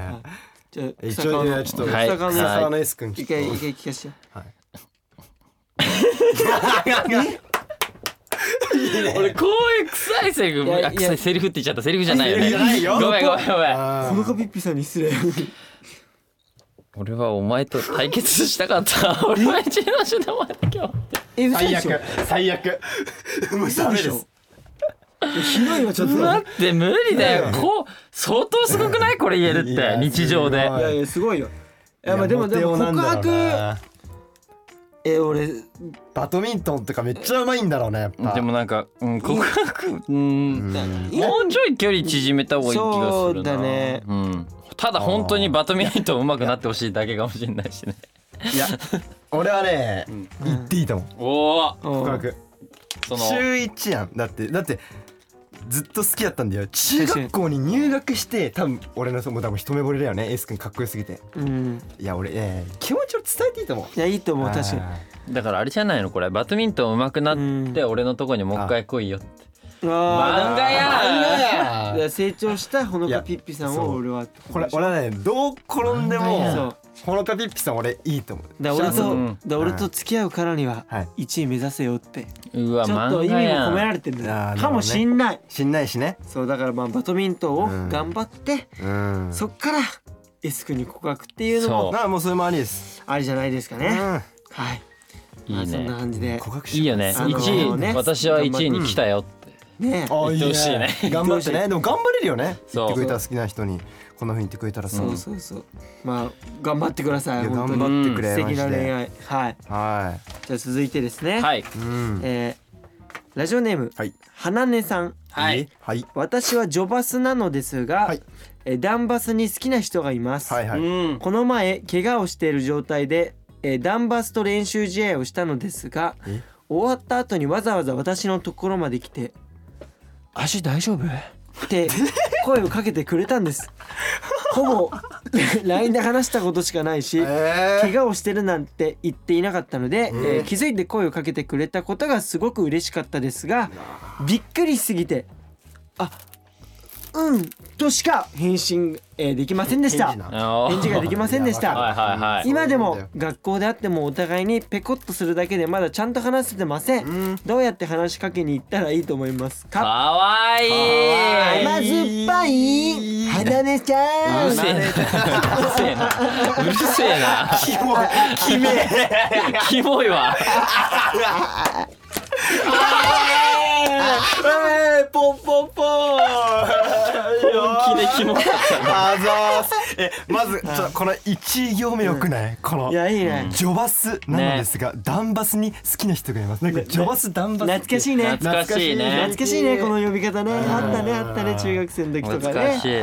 Speaker 3: じゃあ
Speaker 1: 一
Speaker 3: 草
Speaker 1: 応
Speaker 3: 川
Speaker 1: い
Speaker 3: の
Speaker 1: やちょっと
Speaker 2: はい
Speaker 1: 草川の
Speaker 2: はい
Speaker 1: 沢の S 君ちょっ
Speaker 3: 一
Speaker 1: と
Speaker 3: 回一回聞かして
Speaker 2: 俺こういう臭いセリ
Speaker 3: いやい
Speaker 2: フ
Speaker 3: や
Speaker 2: あ臭いセリフって言っちゃったセリフじゃないよね
Speaker 1: セリフじゃないよ
Speaker 2: ごめんごめんごめん
Speaker 1: あ
Speaker 3: ほのかピッピさんに失礼
Speaker 2: 俺はお前と対決したかった俺は一の手段まで今日
Speaker 3: え嘘
Speaker 1: 最
Speaker 3: でしょ
Speaker 1: 悪最悪 <laughs> 無駄
Speaker 3: 嘘で
Speaker 1: で
Speaker 3: し
Speaker 1: す
Speaker 3: ょひどいよちょっと
Speaker 2: 待って無理だよこう相当すごくないこれ言えるっ
Speaker 1: い
Speaker 2: て
Speaker 1: や
Speaker 2: 日常で
Speaker 1: すご
Speaker 3: いやいやすごいよいやまあでも
Speaker 1: い
Speaker 3: でも
Speaker 1: モテ男
Speaker 3: 告
Speaker 1: なんだろう
Speaker 3: 白
Speaker 1: な
Speaker 3: え俺
Speaker 1: バドミントンとかめっちゃうまいんだろうねやっぱ
Speaker 2: でもなんか、うん、告白うん
Speaker 3: いや
Speaker 2: もうちょい距離縮めた方がいい気がするな
Speaker 3: そうだね
Speaker 2: うん、ただ本当にバドミントン上手くなってほしいだけかもしれないしね
Speaker 1: いや俺はね言っていいと思う
Speaker 2: おお
Speaker 3: 告
Speaker 1: 告白
Speaker 2: その
Speaker 1: 中1やんだってだってずっと好きだったんだよ中学校に入学して多分俺のもう多分一目惚れだよね S 君かっこよすぎて
Speaker 3: うん
Speaker 1: いや俺ね気持ちを伝えていいと思う
Speaker 3: いやいいと思う確かに
Speaker 2: だからあれじゃないのこれバドミントン上手くなって
Speaker 3: う
Speaker 2: 俺のとこにもう一回来いよって漫
Speaker 3: あ
Speaker 2: 画や
Speaker 3: あ
Speaker 1: や
Speaker 3: だから成長したほの
Speaker 1: い
Speaker 3: か
Speaker 1: や
Speaker 3: ピッピさん
Speaker 1: そ
Speaker 3: を
Speaker 1: う
Speaker 3: 俺は
Speaker 1: これ俺はねどう転んで
Speaker 3: そ
Speaker 1: も
Speaker 3: う
Speaker 1: ほのかピッピさん俺いいと思う
Speaker 3: だから俺と、
Speaker 2: うん
Speaker 3: だから俺と付き合うからには
Speaker 1: はい
Speaker 3: 1位目指せよってち
Speaker 2: うわ
Speaker 3: ょっと
Speaker 2: 漫
Speaker 3: 意味も
Speaker 2: 画や
Speaker 3: 込め
Speaker 2: ん
Speaker 3: られてるん
Speaker 1: あーな
Speaker 3: だ
Speaker 1: るほどね
Speaker 3: かもしんない、
Speaker 1: しんないしね
Speaker 3: そうだからまあバドミントンを
Speaker 1: うん
Speaker 3: 頑張って、
Speaker 1: うん
Speaker 3: そっから S 君に告白っていうのも
Speaker 1: なあもうそれもありです
Speaker 3: ありじゃないですかね、はいま
Speaker 2: い
Speaker 3: あ
Speaker 2: い
Speaker 3: そんな
Speaker 2: ね
Speaker 3: 感じで
Speaker 1: 告白し
Speaker 2: いいよね
Speaker 3: あの
Speaker 2: 1位、
Speaker 3: ね
Speaker 2: 私は1位に来たよって、
Speaker 3: ね
Speaker 1: あ
Speaker 2: 言ってほしいね
Speaker 1: 頑張ってねでも頑張れるよね言
Speaker 2: そう
Speaker 1: ってくれたら好きな人にこんな風に言ってくれたらさ
Speaker 3: そうそうそうまあ頑張ってください
Speaker 1: いや
Speaker 3: 本当
Speaker 1: 頑
Speaker 3: に
Speaker 1: 張ってくれ
Speaker 3: 素敵な
Speaker 1: マジで
Speaker 3: 恋愛はい
Speaker 1: は
Speaker 3: じゃあ続いてですね、
Speaker 2: はい
Speaker 1: いうん
Speaker 3: えーラジオネーム、
Speaker 1: はい
Speaker 3: 花音さん
Speaker 2: はい
Speaker 1: はい
Speaker 3: 私はジョバスなのですが、
Speaker 1: はい
Speaker 3: えーダンバスに好きな人がいます、
Speaker 1: はいは
Speaker 2: う
Speaker 1: い
Speaker 2: ん
Speaker 3: この前怪我をしている状態で、えーダンバスと練習試合をしたのですが
Speaker 1: え
Speaker 3: 終わった後にわざわざ私のところまで来て「足大丈夫?」って声をかけてくれたんですほぼ <laughs> LINE で話したことしかないし
Speaker 1: え
Speaker 3: 怪我をしてるなんて言っていなかったので、えー気づいて声をかけてくれたことがすごく嬉しかったですがびっくりしすぎて「あうん」としか返信、えーできませんでした
Speaker 1: 返事な
Speaker 2: 返
Speaker 3: 返事ができませんでし
Speaker 1: いや
Speaker 3: た
Speaker 2: はいはいはい
Speaker 3: 今で
Speaker 1: そう
Speaker 3: も
Speaker 1: なん
Speaker 3: 学校であってもお互いにペコッとするだけでまだちゃんと話せてません、
Speaker 1: うん
Speaker 3: どうやって話しかけに行ったらいいと思います
Speaker 2: か
Speaker 3: か
Speaker 2: わい
Speaker 1: かわいい
Speaker 2: い
Speaker 3: 甘酸っぱい花音ちゃ
Speaker 2: うる
Speaker 3: ん
Speaker 2: せえなうるせえなうるせえな
Speaker 1: キモいキメ
Speaker 2: キモいわ
Speaker 1: えーポンポンポン
Speaker 2: 本気でキモかっ
Speaker 1: あざーすえまずちょっとこの1行目よくないこの
Speaker 3: いやいいね、
Speaker 1: ジョバスなのですが、ダンバスに好きな人がいます。なんかジョバスダンバスって。
Speaker 3: 懐かしいね
Speaker 2: た懐かしいね
Speaker 3: 懐かしいねこの呼び方ねあったねあったね中学生の時とか
Speaker 2: 懐
Speaker 3: ね
Speaker 2: かしい
Speaker 3: い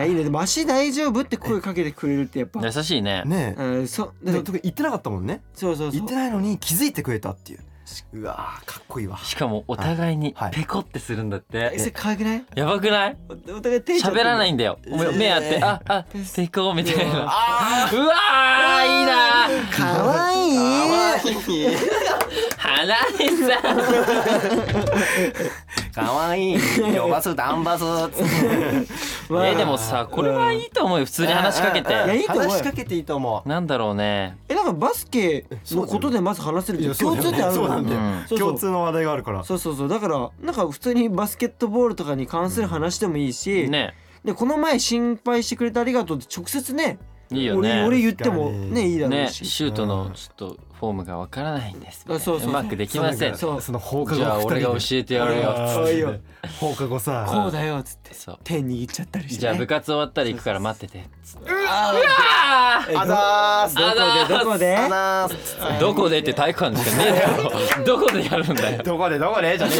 Speaker 3: やいいねでも足大丈夫って声かけてくれるってやっぱ、
Speaker 2: 優しいね
Speaker 1: ねえ。
Speaker 3: うんそうだ
Speaker 1: でも
Speaker 3: って
Speaker 1: 特に言ってなかったもんね。
Speaker 3: そうそうそ
Speaker 1: 言
Speaker 3: う
Speaker 1: ってないのに気づいてくれたっていう。うわーかっこいいわ。
Speaker 2: しかもお互いに
Speaker 1: はい
Speaker 2: ペコってするんだって、
Speaker 3: えそれ可愛くない
Speaker 2: やばくない
Speaker 3: おお互い手
Speaker 2: 喋らないいんだよお前目あってああペコみたいな
Speaker 1: あ
Speaker 2: うわーいいな
Speaker 3: 可愛い
Speaker 1: ー。
Speaker 2: 花かなでさん
Speaker 4: かわいい呼ばすダン
Speaker 1: <laughs>
Speaker 4: バス
Speaker 3: まあ
Speaker 2: えでもさこれはいいと思うよ普通に話しかけ
Speaker 3: うんうんうん
Speaker 2: て
Speaker 3: いいと思うよ
Speaker 4: 話しかけていいと思
Speaker 2: なんだろうね
Speaker 3: えなんかバスケのことでまず話せるって共通点ある
Speaker 5: そう
Speaker 3: も
Speaker 5: なん
Speaker 3: ん
Speaker 5: だよ、
Speaker 2: うん
Speaker 3: そうそう
Speaker 5: 共通の話題があるから
Speaker 3: そうそうそうだからなんか普通にバスケットボールとかに関する話でもいいし、
Speaker 2: ね
Speaker 3: でこの前心配してくれてありがとうって直接ね
Speaker 2: いいよ
Speaker 3: 俺俺
Speaker 2: ね
Speaker 3: 言ってもねいいだろう
Speaker 2: ね
Speaker 3: し、
Speaker 2: シュートのちょっとフォームがわからないんです
Speaker 3: あそうそう
Speaker 2: まくできません
Speaker 3: そう
Speaker 5: その放課後
Speaker 2: じゃあ
Speaker 5: 二人
Speaker 2: 俺
Speaker 5: で
Speaker 2: が教えてやるよ
Speaker 5: あー
Speaker 3: そうよ
Speaker 5: 放課後さ
Speaker 3: こうだよっつって
Speaker 2: そう
Speaker 3: 手握っちゃったりして、ね、
Speaker 2: じゃあ部活終わったら行くから待ってて
Speaker 4: うあざーす
Speaker 3: どこでどこで
Speaker 4: あざーす
Speaker 2: どこでって体育館しかねえだろどこでやるんだよ
Speaker 5: どこでどこでじゃね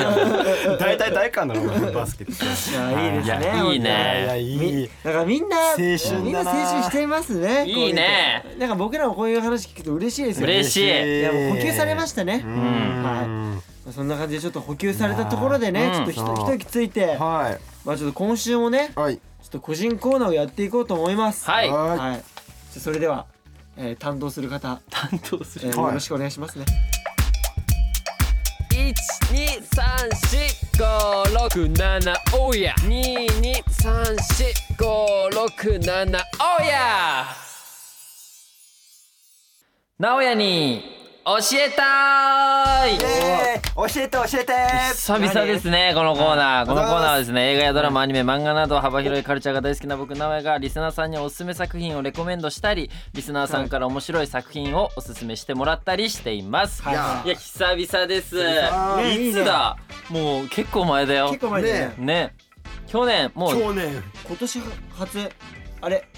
Speaker 5: えよ大体大観だろお前バスケって
Speaker 3: いやいいで
Speaker 2: い
Speaker 3: すね
Speaker 2: やいい
Speaker 5: いやいや
Speaker 2: ね
Speaker 5: いい
Speaker 3: だからみんな
Speaker 5: 青春だな
Speaker 3: みんな青春していますね
Speaker 2: いいね
Speaker 3: こううのなんか僕らもこういう話聞くと嬉しいですよね
Speaker 2: 嬉しい
Speaker 3: いやもう補給されましたね
Speaker 5: う
Speaker 3: は
Speaker 5: ん
Speaker 3: いそんな感じでちょっと補給されたところで
Speaker 2: い
Speaker 3: ね
Speaker 2: やー
Speaker 3: ちょっとひ
Speaker 5: う
Speaker 3: と
Speaker 5: ん
Speaker 3: 一息ついて
Speaker 5: は
Speaker 3: まあちょっと今週もねち
Speaker 5: い
Speaker 3: ょ
Speaker 5: はい
Speaker 3: っと個人コーナーをやっていこうと思います
Speaker 2: はい
Speaker 5: はい
Speaker 3: はいじゃあそれではえー担当する方
Speaker 2: 担当す
Speaker 3: えー
Speaker 5: はい
Speaker 3: よろしくお願いしますね
Speaker 2: 一二三四五六七おや二二三四五六七おや直哉に教えたーい
Speaker 4: 教えて教えて
Speaker 2: 久々ですねこのコーナーこのコーナーはですね映画やドラマアニメ漫画など幅広いカルチャーが大好きな僕名前がリスナーさんにおすすめ作品をレコメンドしたりリスナーさんから面白い作品をおすすめしてもらったりしています、、
Speaker 3: はいい
Speaker 2: や久々です
Speaker 5: 々
Speaker 3: ね
Speaker 2: いつだもう結構前だよ
Speaker 3: 結構前でね
Speaker 2: ね去年もう
Speaker 5: 去年
Speaker 3: 今年初あれ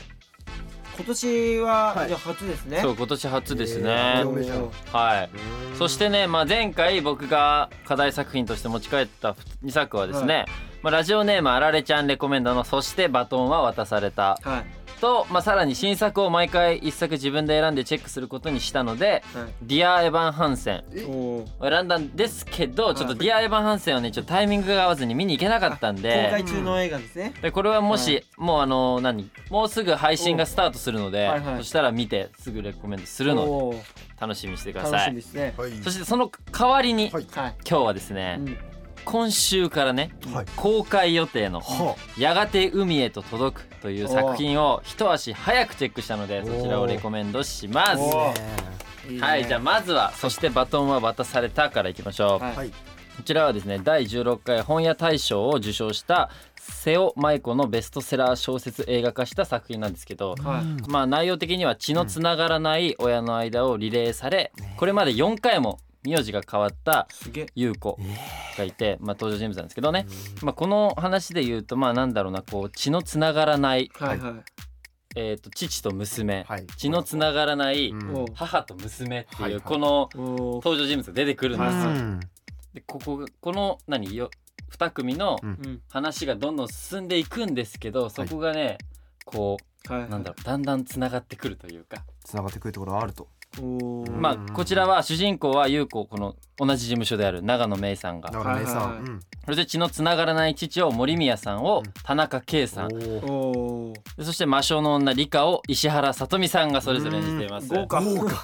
Speaker 3: 今年はじゃあ初ですね
Speaker 2: そう今年初ですね、
Speaker 5: えー
Speaker 3: おめでとう
Speaker 2: はいそしてね、まあ、前回僕が課題作品として持ち帰った2作はですね、まあ、ラジオネームあられちゃんレコメンドの「そしてバトンは渡された
Speaker 3: はい」
Speaker 2: と、まあ、さらに新作を毎回1作自分で選んでチェックすることにしたので
Speaker 3: は
Speaker 2: 「ディア・エヴァン・ハンセン
Speaker 3: いおー」
Speaker 2: を選んだんですけどちょっと「
Speaker 3: はい
Speaker 2: ディア・エヴァン・ハンセン」はねちょっとタイミングが合わずに見に行けなかったん
Speaker 3: 公開
Speaker 2: で。
Speaker 3: 中の映画ですね
Speaker 2: でこれはもし、
Speaker 3: は
Speaker 2: もうあの何もうすぐ配信がスタートするので、
Speaker 3: はいはい
Speaker 2: そしたら見てすぐレコメンドするので
Speaker 3: おー
Speaker 2: 楽しみにしてくだ
Speaker 3: 楽
Speaker 2: さ
Speaker 3: し
Speaker 2: い
Speaker 3: みですね
Speaker 5: はい
Speaker 2: そしてその代わりに、
Speaker 5: はい
Speaker 3: はい
Speaker 2: 今日はですね、
Speaker 3: うん
Speaker 2: 今週からね、
Speaker 5: はい
Speaker 2: 公開予定の
Speaker 5: は
Speaker 2: 「やがて海へと届く」という作品を一足早くチェックしたのでそちらをレコメンドします
Speaker 3: おー
Speaker 2: はいじゃあまずは「そしてバトンは渡された」からいきましょう、
Speaker 3: はい
Speaker 5: はい
Speaker 2: こちらはですね第16回本屋大賞を受賞した瀬尾舞子のベストセラー小説映画化した作品なんですけど、
Speaker 3: はい
Speaker 2: まあ内容的には血のつながらない親の間をリレーされこれまで4回も名字が変わった
Speaker 3: すげえ
Speaker 2: 優子がいて、まあ、登場人物なんですけどね、まあ、この話で言うとまあなんだろうなこう血のつながらない、
Speaker 3: はいは
Speaker 2: えー、と父と娘、
Speaker 5: はい
Speaker 2: 血のつながらない
Speaker 3: い
Speaker 5: うん
Speaker 3: お
Speaker 2: 母と娘っていう、
Speaker 5: はいはい
Speaker 2: この
Speaker 3: ーおー
Speaker 2: 登場人物が出てくるんですよ。
Speaker 3: は
Speaker 2: でこここの何よ2組の
Speaker 5: うん
Speaker 3: うん
Speaker 2: 話がどんどん進んでいくんですけどそこがね、こ
Speaker 3: は
Speaker 2: う
Speaker 3: い
Speaker 2: なんだろうだんだんつながってくるというか、
Speaker 5: つながってくるところあると
Speaker 3: おー
Speaker 5: うん
Speaker 2: まあこちらは主人公は優子この同じ事務所である長野芽郁さんが
Speaker 5: だからね
Speaker 3: はいはい
Speaker 5: さ
Speaker 3: はい
Speaker 5: うん
Speaker 2: そして血のつながらない父を森宮さんを
Speaker 5: うん
Speaker 2: 田中圭さん、
Speaker 5: おー
Speaker 3: おー
Speaker 2: でそして魔性の女理香を石原さとみさんがそれぞれ演じています
Speaker 3: 豪華
Speaker 5: 豪
Speaker 3: <laughs>
Speaker 5: 華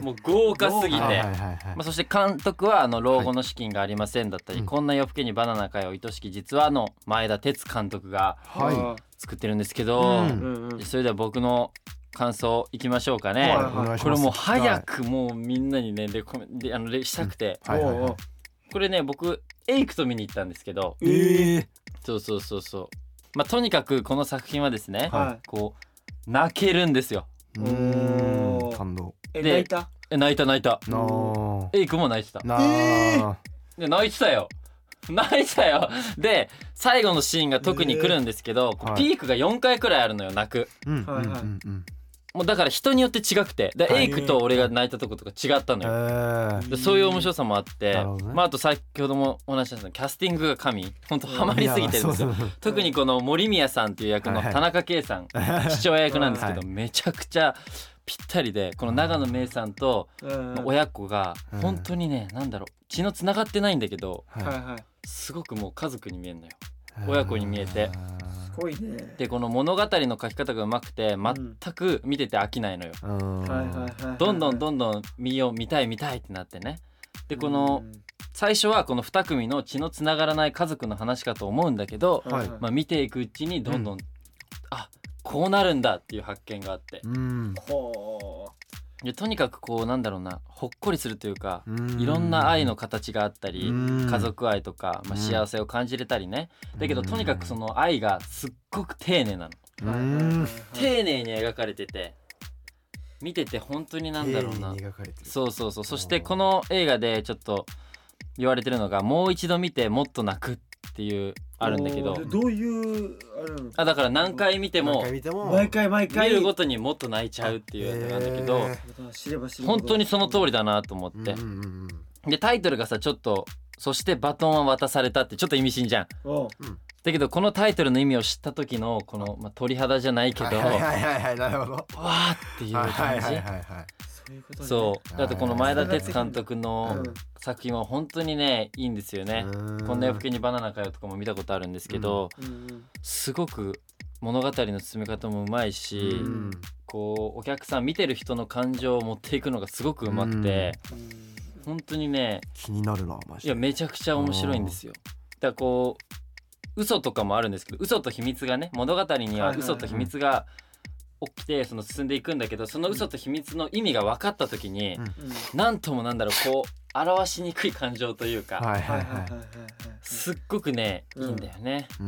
Speaker 2: もう豪華すぎて、
Speaker 5: はいはいはいはい
Speaker 2: まあ、そして監督はあの老後の資金がありませんだったり、
Speaker 5: はい
Speaker 2: こんな夜更けにバナナかよ愛しき実はの前田哲監督が
Speaker 5: はい
Speaker 3: あ
Speaker 2: 作ってるんですけど、
Speaker 3: ー
Speaker 5: う
Speaker 3: うんうん
Speaker 2: それでは僕の感想いきましょうかね、
Speaker 3: はい
Speaker 5: お願いします
Speaker 2: これもう早くもうみんなにねレコメンであのレしたくて、
Speaker 5: はいはいはい
Speaker 3: おー
Speaker 2: これね僕エイクと見に行ったんですけど
Speaker 3: えー
Speaker 2: そうそうそうそう。まあ、とにかくこの作品はですね、
Speaker 3: はい
Speaker 2: こう泣けるんですよ。
Speaker 5: う
Speaker 3: お
Speaker 5: ー
Speaker 3: ー
Speaker 5: ん感動
Speaker 3: え
Speaker 2: で
Speaker 3: 泣いた
Speaker 2: え泣いた泣いた。
Speaker 5: なあ
Speaker 2: エイクも泣いてた。
Speaker 5: なあ
Speaker 2: で泣いてたよ。 <laughs> 泣いてたよ。で最後のシーンが特に来るんですけど、こう
Speaker 5: はい
Speaker 2: ピークが4回くらいあるのよ泣く。
Speaker 5: うんうん
Speaker 3: はいはい
Speaker 5: うんうん
Speaker 2: もうだから人によって違くて、で
Speaker 5: はい
Speaker 2: エイクと俺が泣いたとことか違ったの
Speaker 5: え
Speaker 2: よ。
Speaker 5: ー
Speaker 2: でそういう面白さもあって、
Speaker 5: なるほどね
Speaker 2: まあ、あと先ほどもお話ししたそのキャスティングが神本当ハマりすぎてるんです
Speaker 5: い
Speaker 2: よ
Speaker 5: やそう
Speaker 2: 特にこの森宮さんっていう役の
Speaker 5: はいはい
Speaker 2: 田中圭さん、父親役なんですけど、
Speaker 5: は
Speaker 2: めちゃくちゃぴったりでこの長野芽郁さんと
Speaker 3: うんはい
Speaker 2: 親子が
Speaker 5: うん
Speaker 2: 本当にね、なんだろう血のつながってないんだけど
Speaker 5: は
Speaker 3: はい
Speaker 2: すごくもう家族に見えるのよ。
Speaker 5: い
Speaker 2: 親子に見えて
Speaker 3: すごいね
Speaker 2: でこの物語の書き方がうまくて全く見てて飽きないのよ。
Speaker 5: うん
Speaker 3: はいはいはいはい
Speaker 2: どんどんどんどん見よう見たい見たいってなってねでこの最初はこの2組の血のつながらない家族の話かと思うんだけど、
Speaker 3: うん、はい
Speaker 2: まあ、見ていくうちにどんどん、あこうなるんだっていう発見があって
Speaker 4: うん
Speaker 3: ほ
Speaker 2: でとにかくこうなんだろうなほっこりするというか
Speaker 4: うん
Speaker 2: いろんな愛の形があったり
Speaker 4: うん
Speaker 2: 家族愛とか、まあ、
Speaker 4: うん
Speaker 2: 幸せを感じれたりねだけどとにかくその愛がすっごく丁寧なの
Speaker 3: う
Speaker 4: う
Speaker 3: はいはい
Speaker 4: ん
Speaker 3: はい
Speaker 2: 丁寧に描かれてて見てて本当になんだろうな
Speaker 5: 丁寧に描かれてる
Speaker 2: そうそうそうそしてこの映画でちょっと言われてるのがもう一度見てもっと泣くっていうあるんだけど
Speaker 3: でどういうあれなの
Speaker 2: あだから何回見て
Speaker 5: 何
Speaker 2: も
Speaker 5: 回見ても
Speaker 3: 毎回毎
Speaker 2: 見
Speaker 3: 回
Speaker 2: るごとにもっと泣いちゃうっていうやつなんだけど、
Speaker 5: へ
Speaker 3: 知れば知るほど
Speaker 2: 本当にその通りだなと思っ
Speaker 5: ー
Speaker 2: て、
Speaker 5: うんうんうん
Speaker 2: でタイトルがさちょっと「そしてバトンは渡された」ってちょっと意味深じゃん
Speaker 3: おう
Speaker 2: だけどこのタイトルの意味を知った時のこの、まあ、鳥肌じゃないけど、
Speaker 5: はいはいはいはいなるほど
Speaker 2: わーっていう
Speaker 5: はいはい
Speaker 2: 感
Speaker 5: はい
Speaker 2: じ
Speaker 5: はいはい
Speaker 3: そういうことね
Speaker 2: そうだってこの前田哲監督
Speaker 3: う
Speaker 2: の
Speaker 3: ん
Speaker 2: 作品は本当にねいいんですよね
Speaker 5: う
Speaker 2: 「
Speaker 5: ーん
Speaker 2: こんな夜更けにバナナかよ」とかも見たことあるんですけど、
Speaker 3: うんうん
Speaker 2: すごく物語の進め方もうまいし、
Speaker 5: うん
Speaker 2: こうお客さん見てる人の感情を持っていくのがすごくうまくて、本当にね
Speaker 4: 気になるなマ
Speaker 2: い
Speaker 4: ジ
Speaker 2: や
Speaker 4: で
Speaker 2: めちゃくちゃ面白いんですよ。だからこう嘘とかもあるんですけど嘘と秘密がね物語には嘘と秘密が起きてその進んでいくんだけどその嘘と秘密の意味が分かった時に
Speaker 3: うん
Speaker 2: 何ともなんだろうこう表しにくい感情というか
Speaker 4: はい
Speaker 3: は
Speaker 4: はい
Speaker 3: はいいはい
Speaker 4: は
Speaker 3: はい
Speaker 4: い
Speaker 3: はい
Speaker 2: すっごくねいいんだよね。
Speaker 4: うー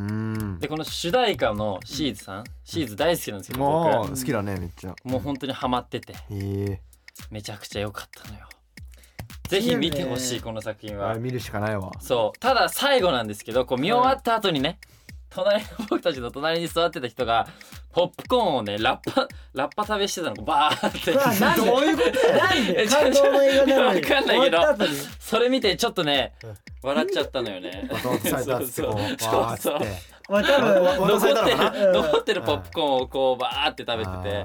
Speaker 4: ん
Speaker 2: でこの主題歌のシーズさんシーズ大好きなんですよ
Speaker 4: もう
Speaker 2: 僕
Speaker 4: 好きだねめっちゃ
Speaker 2: もう本当にハマってて
Speaker 4: へえ
Speaker 2: めちゃくちゃ良かったのよ。ぜひ見てほしい
Speaker 3: いいよね
Speaker 2: この作品
Speaker 4: あ
Speaker 2: は
Speaker 4: れ。見るしかないわ
Speaker 2: そうただ最後なんですけどこう見終わった後にね、隣の <laughs> 僕たちの隣に座ってた人がポップコーンをねラッパラッパ食べしてたのバーって
Speaker 3: わあ
Speaker 2: なんで
Speaker 3: どういうことや
Speaker 2: えちょ
Speaker 3: 感動の映画なのに
Speaker 2: ちょわかんないけど
Speaker 3: 終わった後に
Speaker 2: それ見てちょっとね笑っちゃったのよね
Speaker 5: どうされたっつってこうわーっつ
Speaker 2: そう
Speaker 5: っ
Speaker 2: そ
Speaker 5: て
Speaker 2: う
Speaker 3: まあ多分
Speaker 5: わ渡
Speaker 2: 残っ
Speaker 5: された
Speaker 2: てる
Speaker 5: のかな
Speaker 2: 残ってるポップコーンをこうバーって食べて
Speaker 5: あ
Speaker 2: て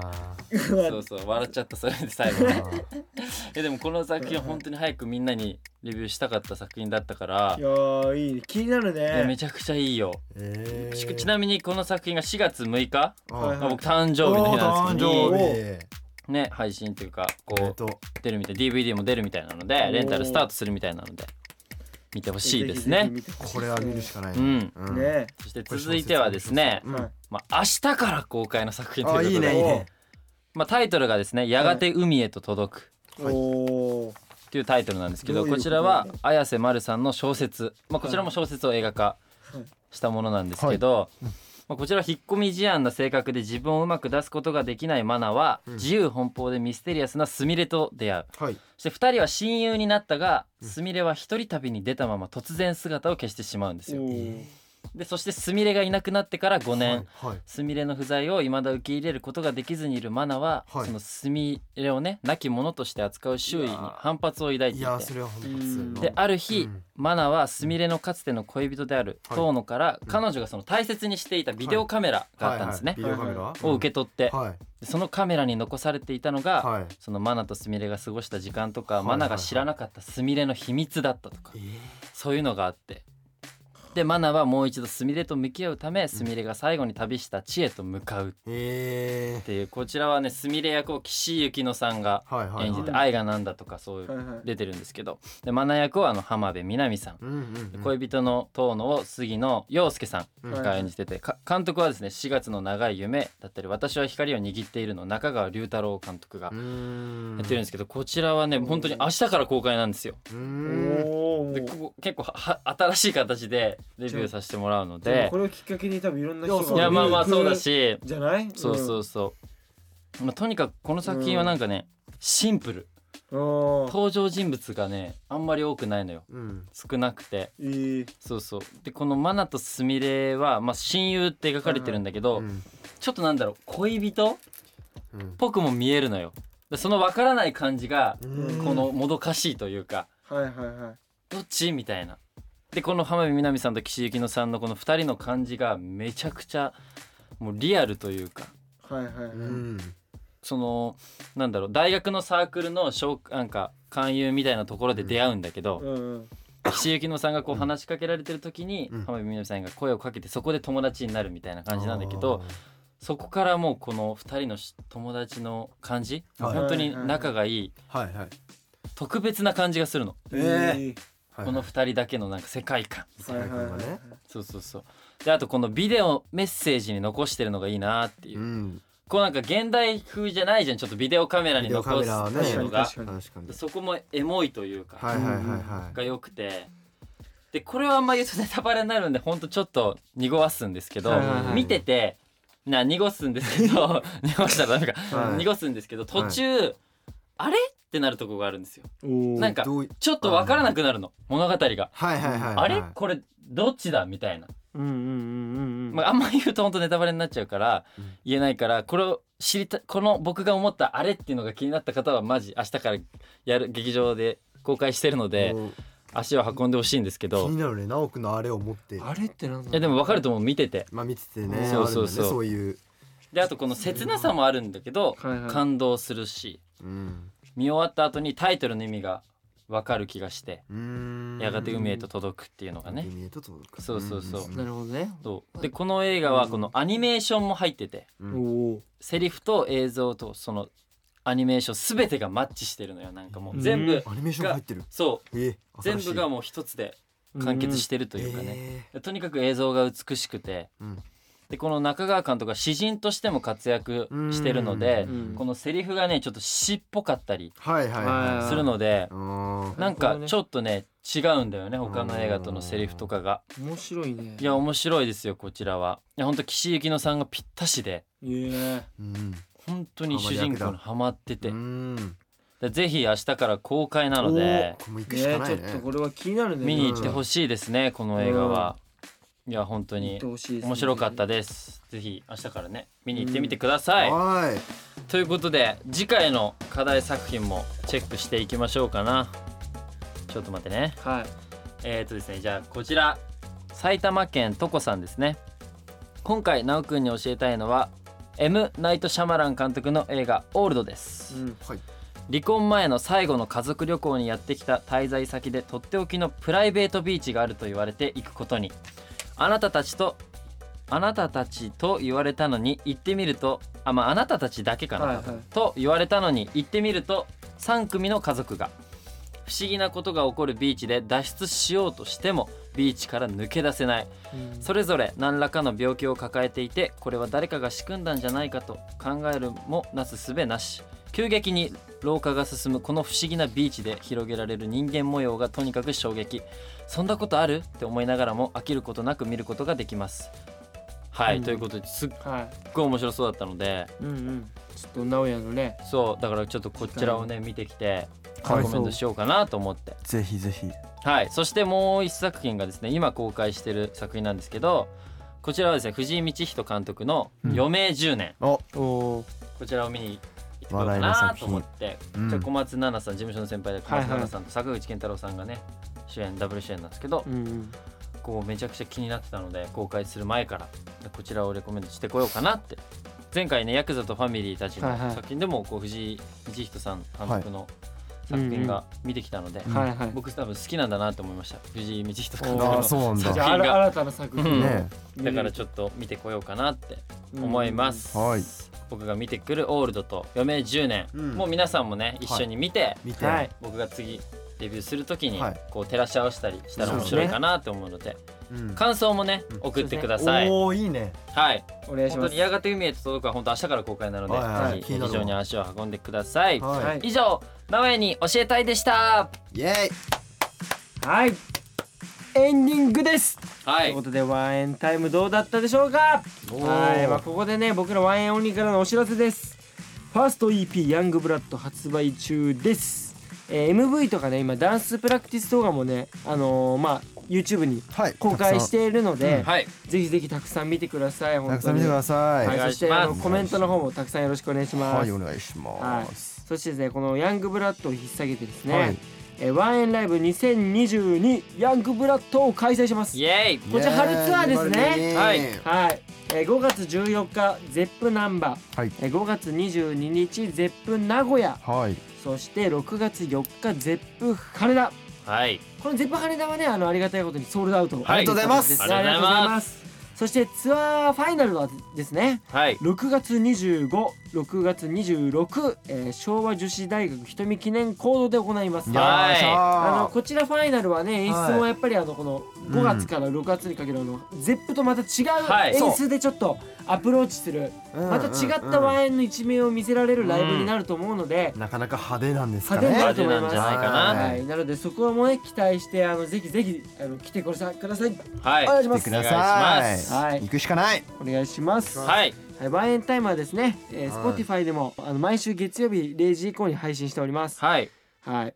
Speaker 2: そうそう笑っちゃったそれで最後
Speaker 5: <laughs> ーあー
Speaker 2: えでもこの作品本当に早くみんなにレビューしたかった作品だったから
Speaker 3: いやーいいね気になる
Speaker 2: いやめ
Speaker 3: ね
Speaker 2: ちゃくちゃいいよ
Speaker 5: え
Speaker 2: し
Speaker 5: ー
Speaker 2: ちなみにこの作品が4月6日
Speaker 5: はい
Speaker 2: が僕誕生日の日なんですけど
Speaker 5: お
Speaker 3: お
Speaker 5: 誕
Speaker 3: ー
Speaker 5: 生日
Speaker 2: ね配信というか
Speaker 5: おめで
Speaker 2: こと
Speaker 5: う
Speaker 2: う出るみたい DVD も出るみたいなので
Speaker 3: おー
Speaker 2: レンタルスタートするみたいなので見てほしいですね
Speaker 3: ぜひぜひ見てほしい
Speaker 5: これは見るしかないな
Speaker 2: うん
Speaker 5: うん
Speaker 3: ね
Speaker 2: そして続いてはですね
Speaker 5: う、ん
Speaker 3: はい
Speaker 2: まあ、明日から公開の作品
Speaker 5: あ
Speaker 2: と
Speaker 5: ー
Speaker 2: いう
Speaker 5: い
Speaker 2: こ
Speaker 5: い
Speaker 2: とで
Speaker 5: ねいいね
Speaker 2: まあ、タイトルがですね「やがて海へと届く」
Speaker 5: はい
Speaker 3: おー
Speaker 2: というタイトルなんですけど
Speaker 3: どういう
Speaker 2: こ
Speaker 3: こと
Speaker 2: ちらは綾瀬まるさんの小説、まあ、こちらも小説を映画化したものなんですけど、まあ、こちらは引っ込み思案な性格で自分をうまく出すことができないマナは自由奔放でミステリアスなスミレと出会う
Speaker 5: はい
Speaker 2: そして2人は親友になったがスミレは一人旅に出たまま突然姿を消してしまうんですよ。
Speaker 3: おー
Speaker 2: でそしてスミレがいなくなってから5年、
Speaker 5: はい
Speaker 2: スミレの不在を未だ受け入れることができずにいるマナは、
Speaker 5: はい
Speaker 2: そのスミレをね亡き者として扱う周囲に反発を抱いてい
Speaker 5: い
Speaker 2: て
Speaker 5: やーそれは本当にそう
Speaker 2: である日、
Speaker 5: うん
Speaker 2: マナはスミレのかつての恋人である
Speaker 5: はい
Speaker 2: 遠野から、彼女がその大切にしていたビデオカメラがあったんですね、
Speaker 5: はいはいビデオカメラ
Speaker 2: を受け取って、
Speaker 5: はい
Speaker 2: でそのカメラに残されていたのが、
Speaker 5: はい
Speaker 2: そのマナとスミレが過ごした時間とか、
Speaker 5: い
Speaker 2: マナが知らなかったスミレの秘密だったとか、
Speaker 5: えー
Speaker 2: そういうのがあってでマナはもう一度スミレと向き合うためスミレが最後に旅した地へと向かうっ
Speaker 5: え
Speaker 2: ていうこちらはねスミレ役を岸井ゆきのさんが
Speaker 5: ーはいはい
Speaker 2: 演じ
Speaker 5: はい
Speaker 2: て「愛がなんだ」とかそういう
Speaker 3: はいはい
Speaker 2: 出てるんですけどでマナ役はあの浜辺美波さん
Speaker 5: うんうんうん
Speaker 2: 恋人の遠野を杉野陽介さんが演じててか監督はですね「4月の長い夢」だったり「私は光を握っている」の中川龍太郎監督が
Speaker 5: うーん
Speaker 2: やってるんですけどこちらはね本当に明日から公開なんですよ。
Speaker 5: うーん
Speaker 3: お
Speaker 2: で
Speaker 3: ー
Speaker 2: ここ結構は <laughs> は新しい形でレビューさせてもらうの
Speaker 3: でも
Speaker 2: で
Speaker 3: これをきっかけに多分いろんな人
Speaker 5: いやそ
Speaker 3: が
Speaker 5: う
Speaker 2: いやまあまあそうだ
Speaker 3: 見に来
Speaker 2: し
Speaker 3: るじゃない
Speaker 2: そうそうそう、まあ、とにかくこの作品はなんかねシンプル
Speaker 3: うんおー
Speaker 2: 登場人物がねあんまり多くないのよ
Speaker 5: うん
Speaker 2: 少なくて
Speaker 3: いい
Speaker 2: そうそうでこのマナとスミレは、まあ、親友って描かれてるんだけど、
Speaker 5: うん
Speaker 2: ちょっとなんだろう恋人っ
Speaker 5: うん
Speaker 2: ぽくも見えるのよでその分からない感じが
Speaker 5: うん
Speaker 2: このもどかしいというか、
Speaker 3: はいはいはい
Speaker 2: どっちみたいなでこの浜辺美波さんと岸井ゆきのさんのこの2人の感じがめちゃくちゃもうリアルというか
Speaker 3: はいはいはい
Speaker 5: うん
Speaker 2: そのなんだろう大学のサークルの紹なんか勧誘みたいなところで出会うんだけど、
Speaker 3: うんうん
Speaker 2: 岸井ゆきのさんがこう話しかけられてる時に、
Speaker 5: うん
Speaker 2: 浜辺美波さんが声をかけてそこで友達になるみたいな感じなんだけどそこからもうこの2人のし友達の感じ、
Speaker 5: はい
Speaker 2: 本当に仲がいい
Speaker 5: あーはいはい
Speaker 2: 特別な感じがするの、
Speaker 5: え
Speaker 2: この2人だけのなんか世界観
Speaker 3: はいはいはいはい
Speaker 2: そうそうそうであとこのビデオメッセージに残してるのがいいなっていう、
Speaker 5: うん
Speaker 2: こうなんか現代風じゃないじゃんちょっとビデオカメラに
Speaker 5: ビデオ
Speaker 2: 残
Speaker 5: カメ
Speaker 2: す
Speaker 5: ラはね
Speaker 2: っていうのが、
Speaker 5: 確かに
Speaker 2: そこもエモいというか、
Speaker 5: はいはいはいは
Speaker 2: が良くてでこれはあんま言うとネタバレになるんでほんとちょっと濁すんですけど、
Speaker 3: はいはいはい
Speaker 2: 見ててな濁すんですけど <laughs> 濁したらなんか、
Speaker 5: はい
Speaker 2: 濁すんですけど途中、あれってなるとこがあるんですよ
Speaker 3: おー
Speaker 2: なん
Speaker 5: い
Speaker 2: か
Speaker 5: どうい
Speaker 2: ちょっとわからなくなるの物語が。
Speaker 5: はいはいはいはい
Speaker 2: あれこれどっちだみたいな、
Speaker 3: うんうんうんうんうん
Speaker 2: まあ、あんま言うと本当ネタバレになっちゃうから
Speaker 5: うん
Speaker 2: 言えないからこれを知りたこの僕が思ったあれっていうのが気になった方はマジ明日からやる劇場で公開してるので
Speaker 5: もう
Speaker 2: 足を運んでほしいんですけ
Speaker 5: 気
Speaker 2: ど
Speaker 5: になるね直くのあれを持って
Speaker 3: あれってなんだ
Speaker 2: いやでも分かると思う見てて
Speaker 5: まあ見ててね
Speaker 2: そうそう
Speaker 5: ある
Speaker 2: そう
Speaker 5: んだねそういう
Speaker 2: であとこの切なさもあるんだけど
Speaker 3: はいはい
Speaker 2: 感動するし
Speaker 5: うん
Speaker 2: 見終わった後にタイトルの意味が分かる気がして
Speaker 5: うーん
Speaker 2: やがて海へと届くっていうのがね
Speaker 5: 海へと届く
Speaker 2: そうそうそう
Speaker 3: なるほどね
Speaker 2: そうでこの映画はこのアニメーションも入ってて
Speaker 5: うん
Speaker 3: おお
Speaker 2: セリフと映像とそのアニメーション全てがマッチしてるのよなんかもう全
Speaker 3: う
Speaker 2: 部
Speaker 3: ん
Speaker 5: アニメーションが入ってる
Speaker 2: そう
Speaker 5: え
Speaker 2: 全部が
Speaker 5: も
Speaker 2: もう一つで完結してるというかね
Speaker 5: ね
Speaker 2: とにかく映像が美しくて、
Speaker 5: うん
Speaker 2: でこの中川監督は詩人としても活躍してるので、
Speaker 3: うん
Speaker 2: このセリフがねちょっと詩っぽかったり
Speaker 5: はいはい
Speaker 3: あ
Speaker 5: は
Speaker 3: ー
Speaker 2: するので
Speaker 5: い、うん
Speaker 2: なん
Speaker 3: なる
Speaker 2: か
Speaker 3: ほどね
Speaker 2: ちょっとね違うんだよね他の映画とのセリフとかが。
Speaker 3: 面白いね
Speaker 2: いや面白いですよこちらは。いや本当岸井ゆきのさんがぴったしで
Speaker 3: いや
Speaker 5: うん
Speaker 2: 本当に主人公にハマってて、
Speaker 5: うん
Speaker 2: でぜひ明日から公開なので
Speaker 5: これもう行くしか
Speaker 3: ね
Speaker 5: な
Speaker 3: ちょ
Speaker 5: い
Speaker 3: っ
Speaker 5: ね
Speaker 3: とこれは気になるね
Speaker 2: 見に行ってほしいですねこの映画は。いや本当
Speaker 3: 行っ
Speaker 2: に
Speaker 3: てほしいですね
Speaker 2: 面白かったです。ぜひ明日からね見に行ってみてください。
Speaker 5: はい
Speaker 2: ということで次回の課題作品もチェックしていきましょうかな。ちょっと待ってね。
Speaker 3: はい
Speaker 2: えー、とですねじゃあこちら埼玉県とこさんですね。今回なおくんに教えたいのは M ナイトシャマラン監督の映画オールドです。
Speaker 3: うん
Speaker 5: はい
Speaker 2: 離婚前の最後の家族旅行にやってきた滞在先でとっておきのプライベートビーチがあると言われて行くことにあなたたちとあなたたちと言われたのに行ってみるとあまああなたたちだけかな、
Speaker 3: はいはい
Speaker 2: と言われたのに行ってみると3組の家族が不思議なことが起こるビーチで脱出しようとしてもビーチから抜け出せない
Speaker 3: うん
Speaker 2: それぞれ何らかの病気を抱えていてこれは誰かが仕組んだんじゃないかと考えるもなすすべなし急激に老化が進むこの不思議なビーチで広げられる人間模様がとにかく衝撃そんなことあるって思いながらも飽きることなく見ることができますはい、
Speaker 3: うん
Speaker 2: ということですっ
Speaker 3: は
Speaker 2: ごい面白そうだったので
Speaker 3: いうんうんちょっと直哉のね
Speaker 2: そうだからちょっとこちらをね見てきてコメントしようかなと思って
Speaker 4: ぜひぜひ
Speaker 2: はい、そしてもう一作品がですね今公開してる作品なんですけどこちらはですね藤井道人監督の「余命10年」
Speaker 3: おお
Speaker 2: こちらを見に行ってこようかなと思って、
Speaker 5: うん
Speaker 2: じゃあ小松菜奈さん事務所の先輩で小松菜
Speaker 3: はいはい
Speaker 2: 奈さんと坂口健太郎さんがね主演ダブル主演なんですけど、
Speaker 3: うんうん
Speaker 2: こうめちゃくちゃ気になってたので公開する前からこちらをレコメンドしてこようかなって前回ねヤクザとファミリーたち
Speaker 3: はいは
Speaker 2: の
Speaker 3: い
Speaker 2: 作品でもこう藤井道人さん監督の作品が見てきたので、
Speaker 3: はいはい
Speaker 2: 僕多分好きなんだなと思いました藤井道人監督
Speaker 3: あ
Speaker 2: の
Speaker 3: ー
Speaker 2: 作
Speaker 1: うなん
Speaker 2: 品
Speaker 3: じゃああら
Speaker 2: が
Speaker 3: 新たな作
Speaker 2: うん
Speaker 3: 品
Speaker 1: ね
Speaker 2: だからちょっと見てこようかなって
Speaker 3: うん
Speaker 2: 思います、
Speaker 1: はい
Speaker 2: 僕が見てくる「オールド」と「余命10年」
Speaker 5: うん
Speaker 2: もう皆さんもね一緒に見て、
Speaker 5: 見て
Speaker 3: はい
Speaker 2: 僕が次レビューする時に
Speaker 5: はい
Speaker 2: こう照らし合わせたりしたら面白いかなと思うので
Speaker 5: うん
Speaker 2: 感想もね
Speaker 5: うん
Speaker 2: 送ってください、
Speaker 5: おおいいね
Speaker 2: はい
Speaker 3: お願いし
Speaker 2: 本当
Speaker 3: ま
Speaker 2: に
Speaker 3: す
Speaker 2: やがて海へと届くは本当明日から公開なので、
Speaker 5: はいはい
Speaker 2: ぜ
Speaker 5: 気
Speaker 2: ひ
Speaker 5: にな
Speaker 2: 劇
Speaker 5: るわ
Speaker 2: 場に足を運んでください、
Speaker 5: は
Speaker 3: はいい
Speaker 2: 以上名古屋に教えたいでした
Speaker 5: イエ
Speaker 3: はいエンディングです
Speaker 2: は
Speaker 3: とい
Speaker 2: いう
Speaker 3: ことでワンエンタイムどうだったでしょうかはい、まあ、ここでね僕らワンエンオンリーからのお知らせですファースト EP「ヤングブラッド」発売中です、えー MV とかね今ダンスプラクティス動画もねあのーまあ YouTube に
Speaker 1: はい
Speaker 3: 公開しているので、
Speaker 2: はい
Speaker 3: ぜひぜひたくさん見てください
Speaker 1: た
Speaker 3: 本
Speaker 1: く
Speaker 3: 当
Speaker 1: さん
Speaker 3: に
Speaker 1: 見てください
Speaker 2: お願いします
Speaker 3: はい、そしてあのコメントの方もたくさんよろしくお願いします、
Speaker 1: はいお願いします
Speaker 3: そしてですねこのヤングブラッドを引っ提げてですね、
Speaker 1: はい
Speaker 3: えーワンエンライブ2022ヤングブラッドを開催します
Speaker 2: イエーイ
Speaker 5: イ
Speaker 3: こちら春ツアーですね
Speaker 2: はい
Speaker 3: はい、えー5月14日ゼップナンバー、
Speaker 1: はい
Speaker 3: えー5月22日ゼップ名古屋
Speaker 1: はい
Speaker 3: そして6月4日ゼップ羽田
Speaker 2: はい
Speaker 3: このゼップ羽田はねあのありがたいことにソールドアウト、
Speaker 2: はいありがとうござい
Speaker 5: ます
Speaker 2: ありがとうございます
Speaker 3: ありがとうございますそしてツアーファイナルはですね
Speaker 2: はい
Speaker 3: 6月256 6月26、えー昭和女子大学瞳記念講堂で行います。
Speaker 2: はい
Speaker 3: あのこちらファイナルはね演出もやっぱりあのこの5月から6月にかけるあのゼップとまた違
Speaker 2: はいう
Speaker 3: 演出でちょっとアプローチするまた違ったワインの一面を見せられるライブになると思うので
Speaker 5: なかなか派手なんですか
Speaker 3: 派手に
Speaker 5: ね
Speaker 3: なると思いま
Speaker 2: 派手なん
Speaker 3: す。
Speaker 2: じゃないかな
Speaker 3: はい、なのでそこもね期待してあのぜひぜひあの来てくださいください。
Speaker 2: はい
Speaker 3: お願いしま
Speaker 1: 来てく。
Speaker 3: す
Speaker 1: ださ
Speaker 2: お願
Speaker 1: い
Speaker 2: いし
Speaker 3: ますはい
Speaker 1: 行くしかない
Speaker 3: お願いします。は
Speaker 2: はい
Speaker 3: い、ワインタイムはですね、えー、Spotify でもあの毎週月曜日0時以降に配信しております。
Speaker 2: はい
Speaker 3: はい。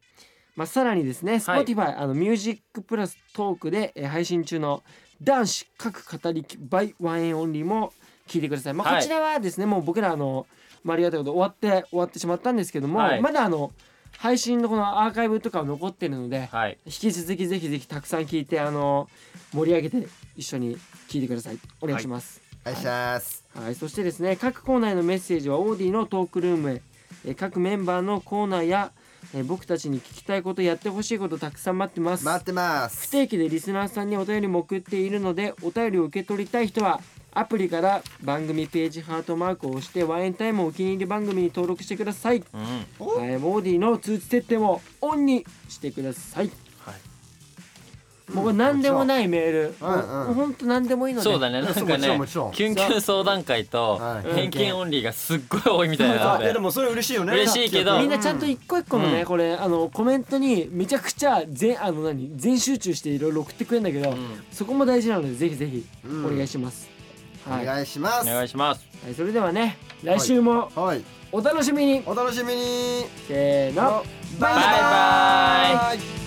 Speaker 3: まあ、さらにですね、
Speaker 2: はい
Speaker 3: Spotify、あのミュージックプラストークで、えー配信中の男子各語り by ワンエンオンリーも聞いてください。まあ、
Speaker 2: はい
Speaker 3: こちらはですね、もう僕らあの、まあ、ありがたいこと終わって終わってしまったんですけども、
Speaker 2: はい
Speaker 3: まだあの配信のこのアーカイブとかは残ってるので、
Speaker 2: はい
Speaker 3: 引き続きぜひぜひたくさん聞いてあの盛り上げて一緒に聞いてください。お願いします。
Speaker 1: お願いします
Speaker 3: はい、そしてですね各コーナーへのメッセージはオーディのトークルームへえー各メンバーのコーナーやえー僕たちに聞きたいことやってほしいことたくさん待ってます
Speaker 1: 待ってます
Speaker 3: 不定期でリスナーさんにお便りも送っているのでお便りを受け取りたい人はアプリから番組ページハートマークを押してワインタイムをお気に入り番組に登録してください、
Speaker 2: うん
Speaker 3: はい、オーディの通知設定もオンにしてください、もう何でもないメール、
Speaker 5: うんうん
Speaker 3: もうほんと何でもいいので
Speaker 2: そうだねなんか
Speaker 5: もちろん
Speaker 2: ね
Speaker 5: もちろん
Speaker 2: キュンキュン相談会と
Speaker 5: はい
Speaker 2: 偏見オンリーがすっごい多いみたいなの
Speaker 5: いや
Speaker 2: で
Speaker 5: でもそれ嬉しいよね
Speaker 2: 嬉しいけど
Speaker 3: みんなちゃんと一個一個のね、
Speaker 2: うん
Speaker 3: これあのコメントにめちゃくちゃ全あの何全集中していろいろ送ってくれるんだけど、
Speaker 2: ん
Speaker 3: そこも大事なのでぜひぜひ
Speaker 5: うん
Speaker 3: お願いします、は
Speaker 1: お
Speaker 3: い、は
Speaker 1: 願いしま
Speaker 2: お
Speaker 1: す
Speaker 2: 願いします
Speaker 3: い、それではね来週も
Speaker 5: はい
Speaker 3: お楽しみに、
Speaker 5: お楽しみに
Speaker 3: せーの
Speaker 2: バイバイ
Speaker 5: イ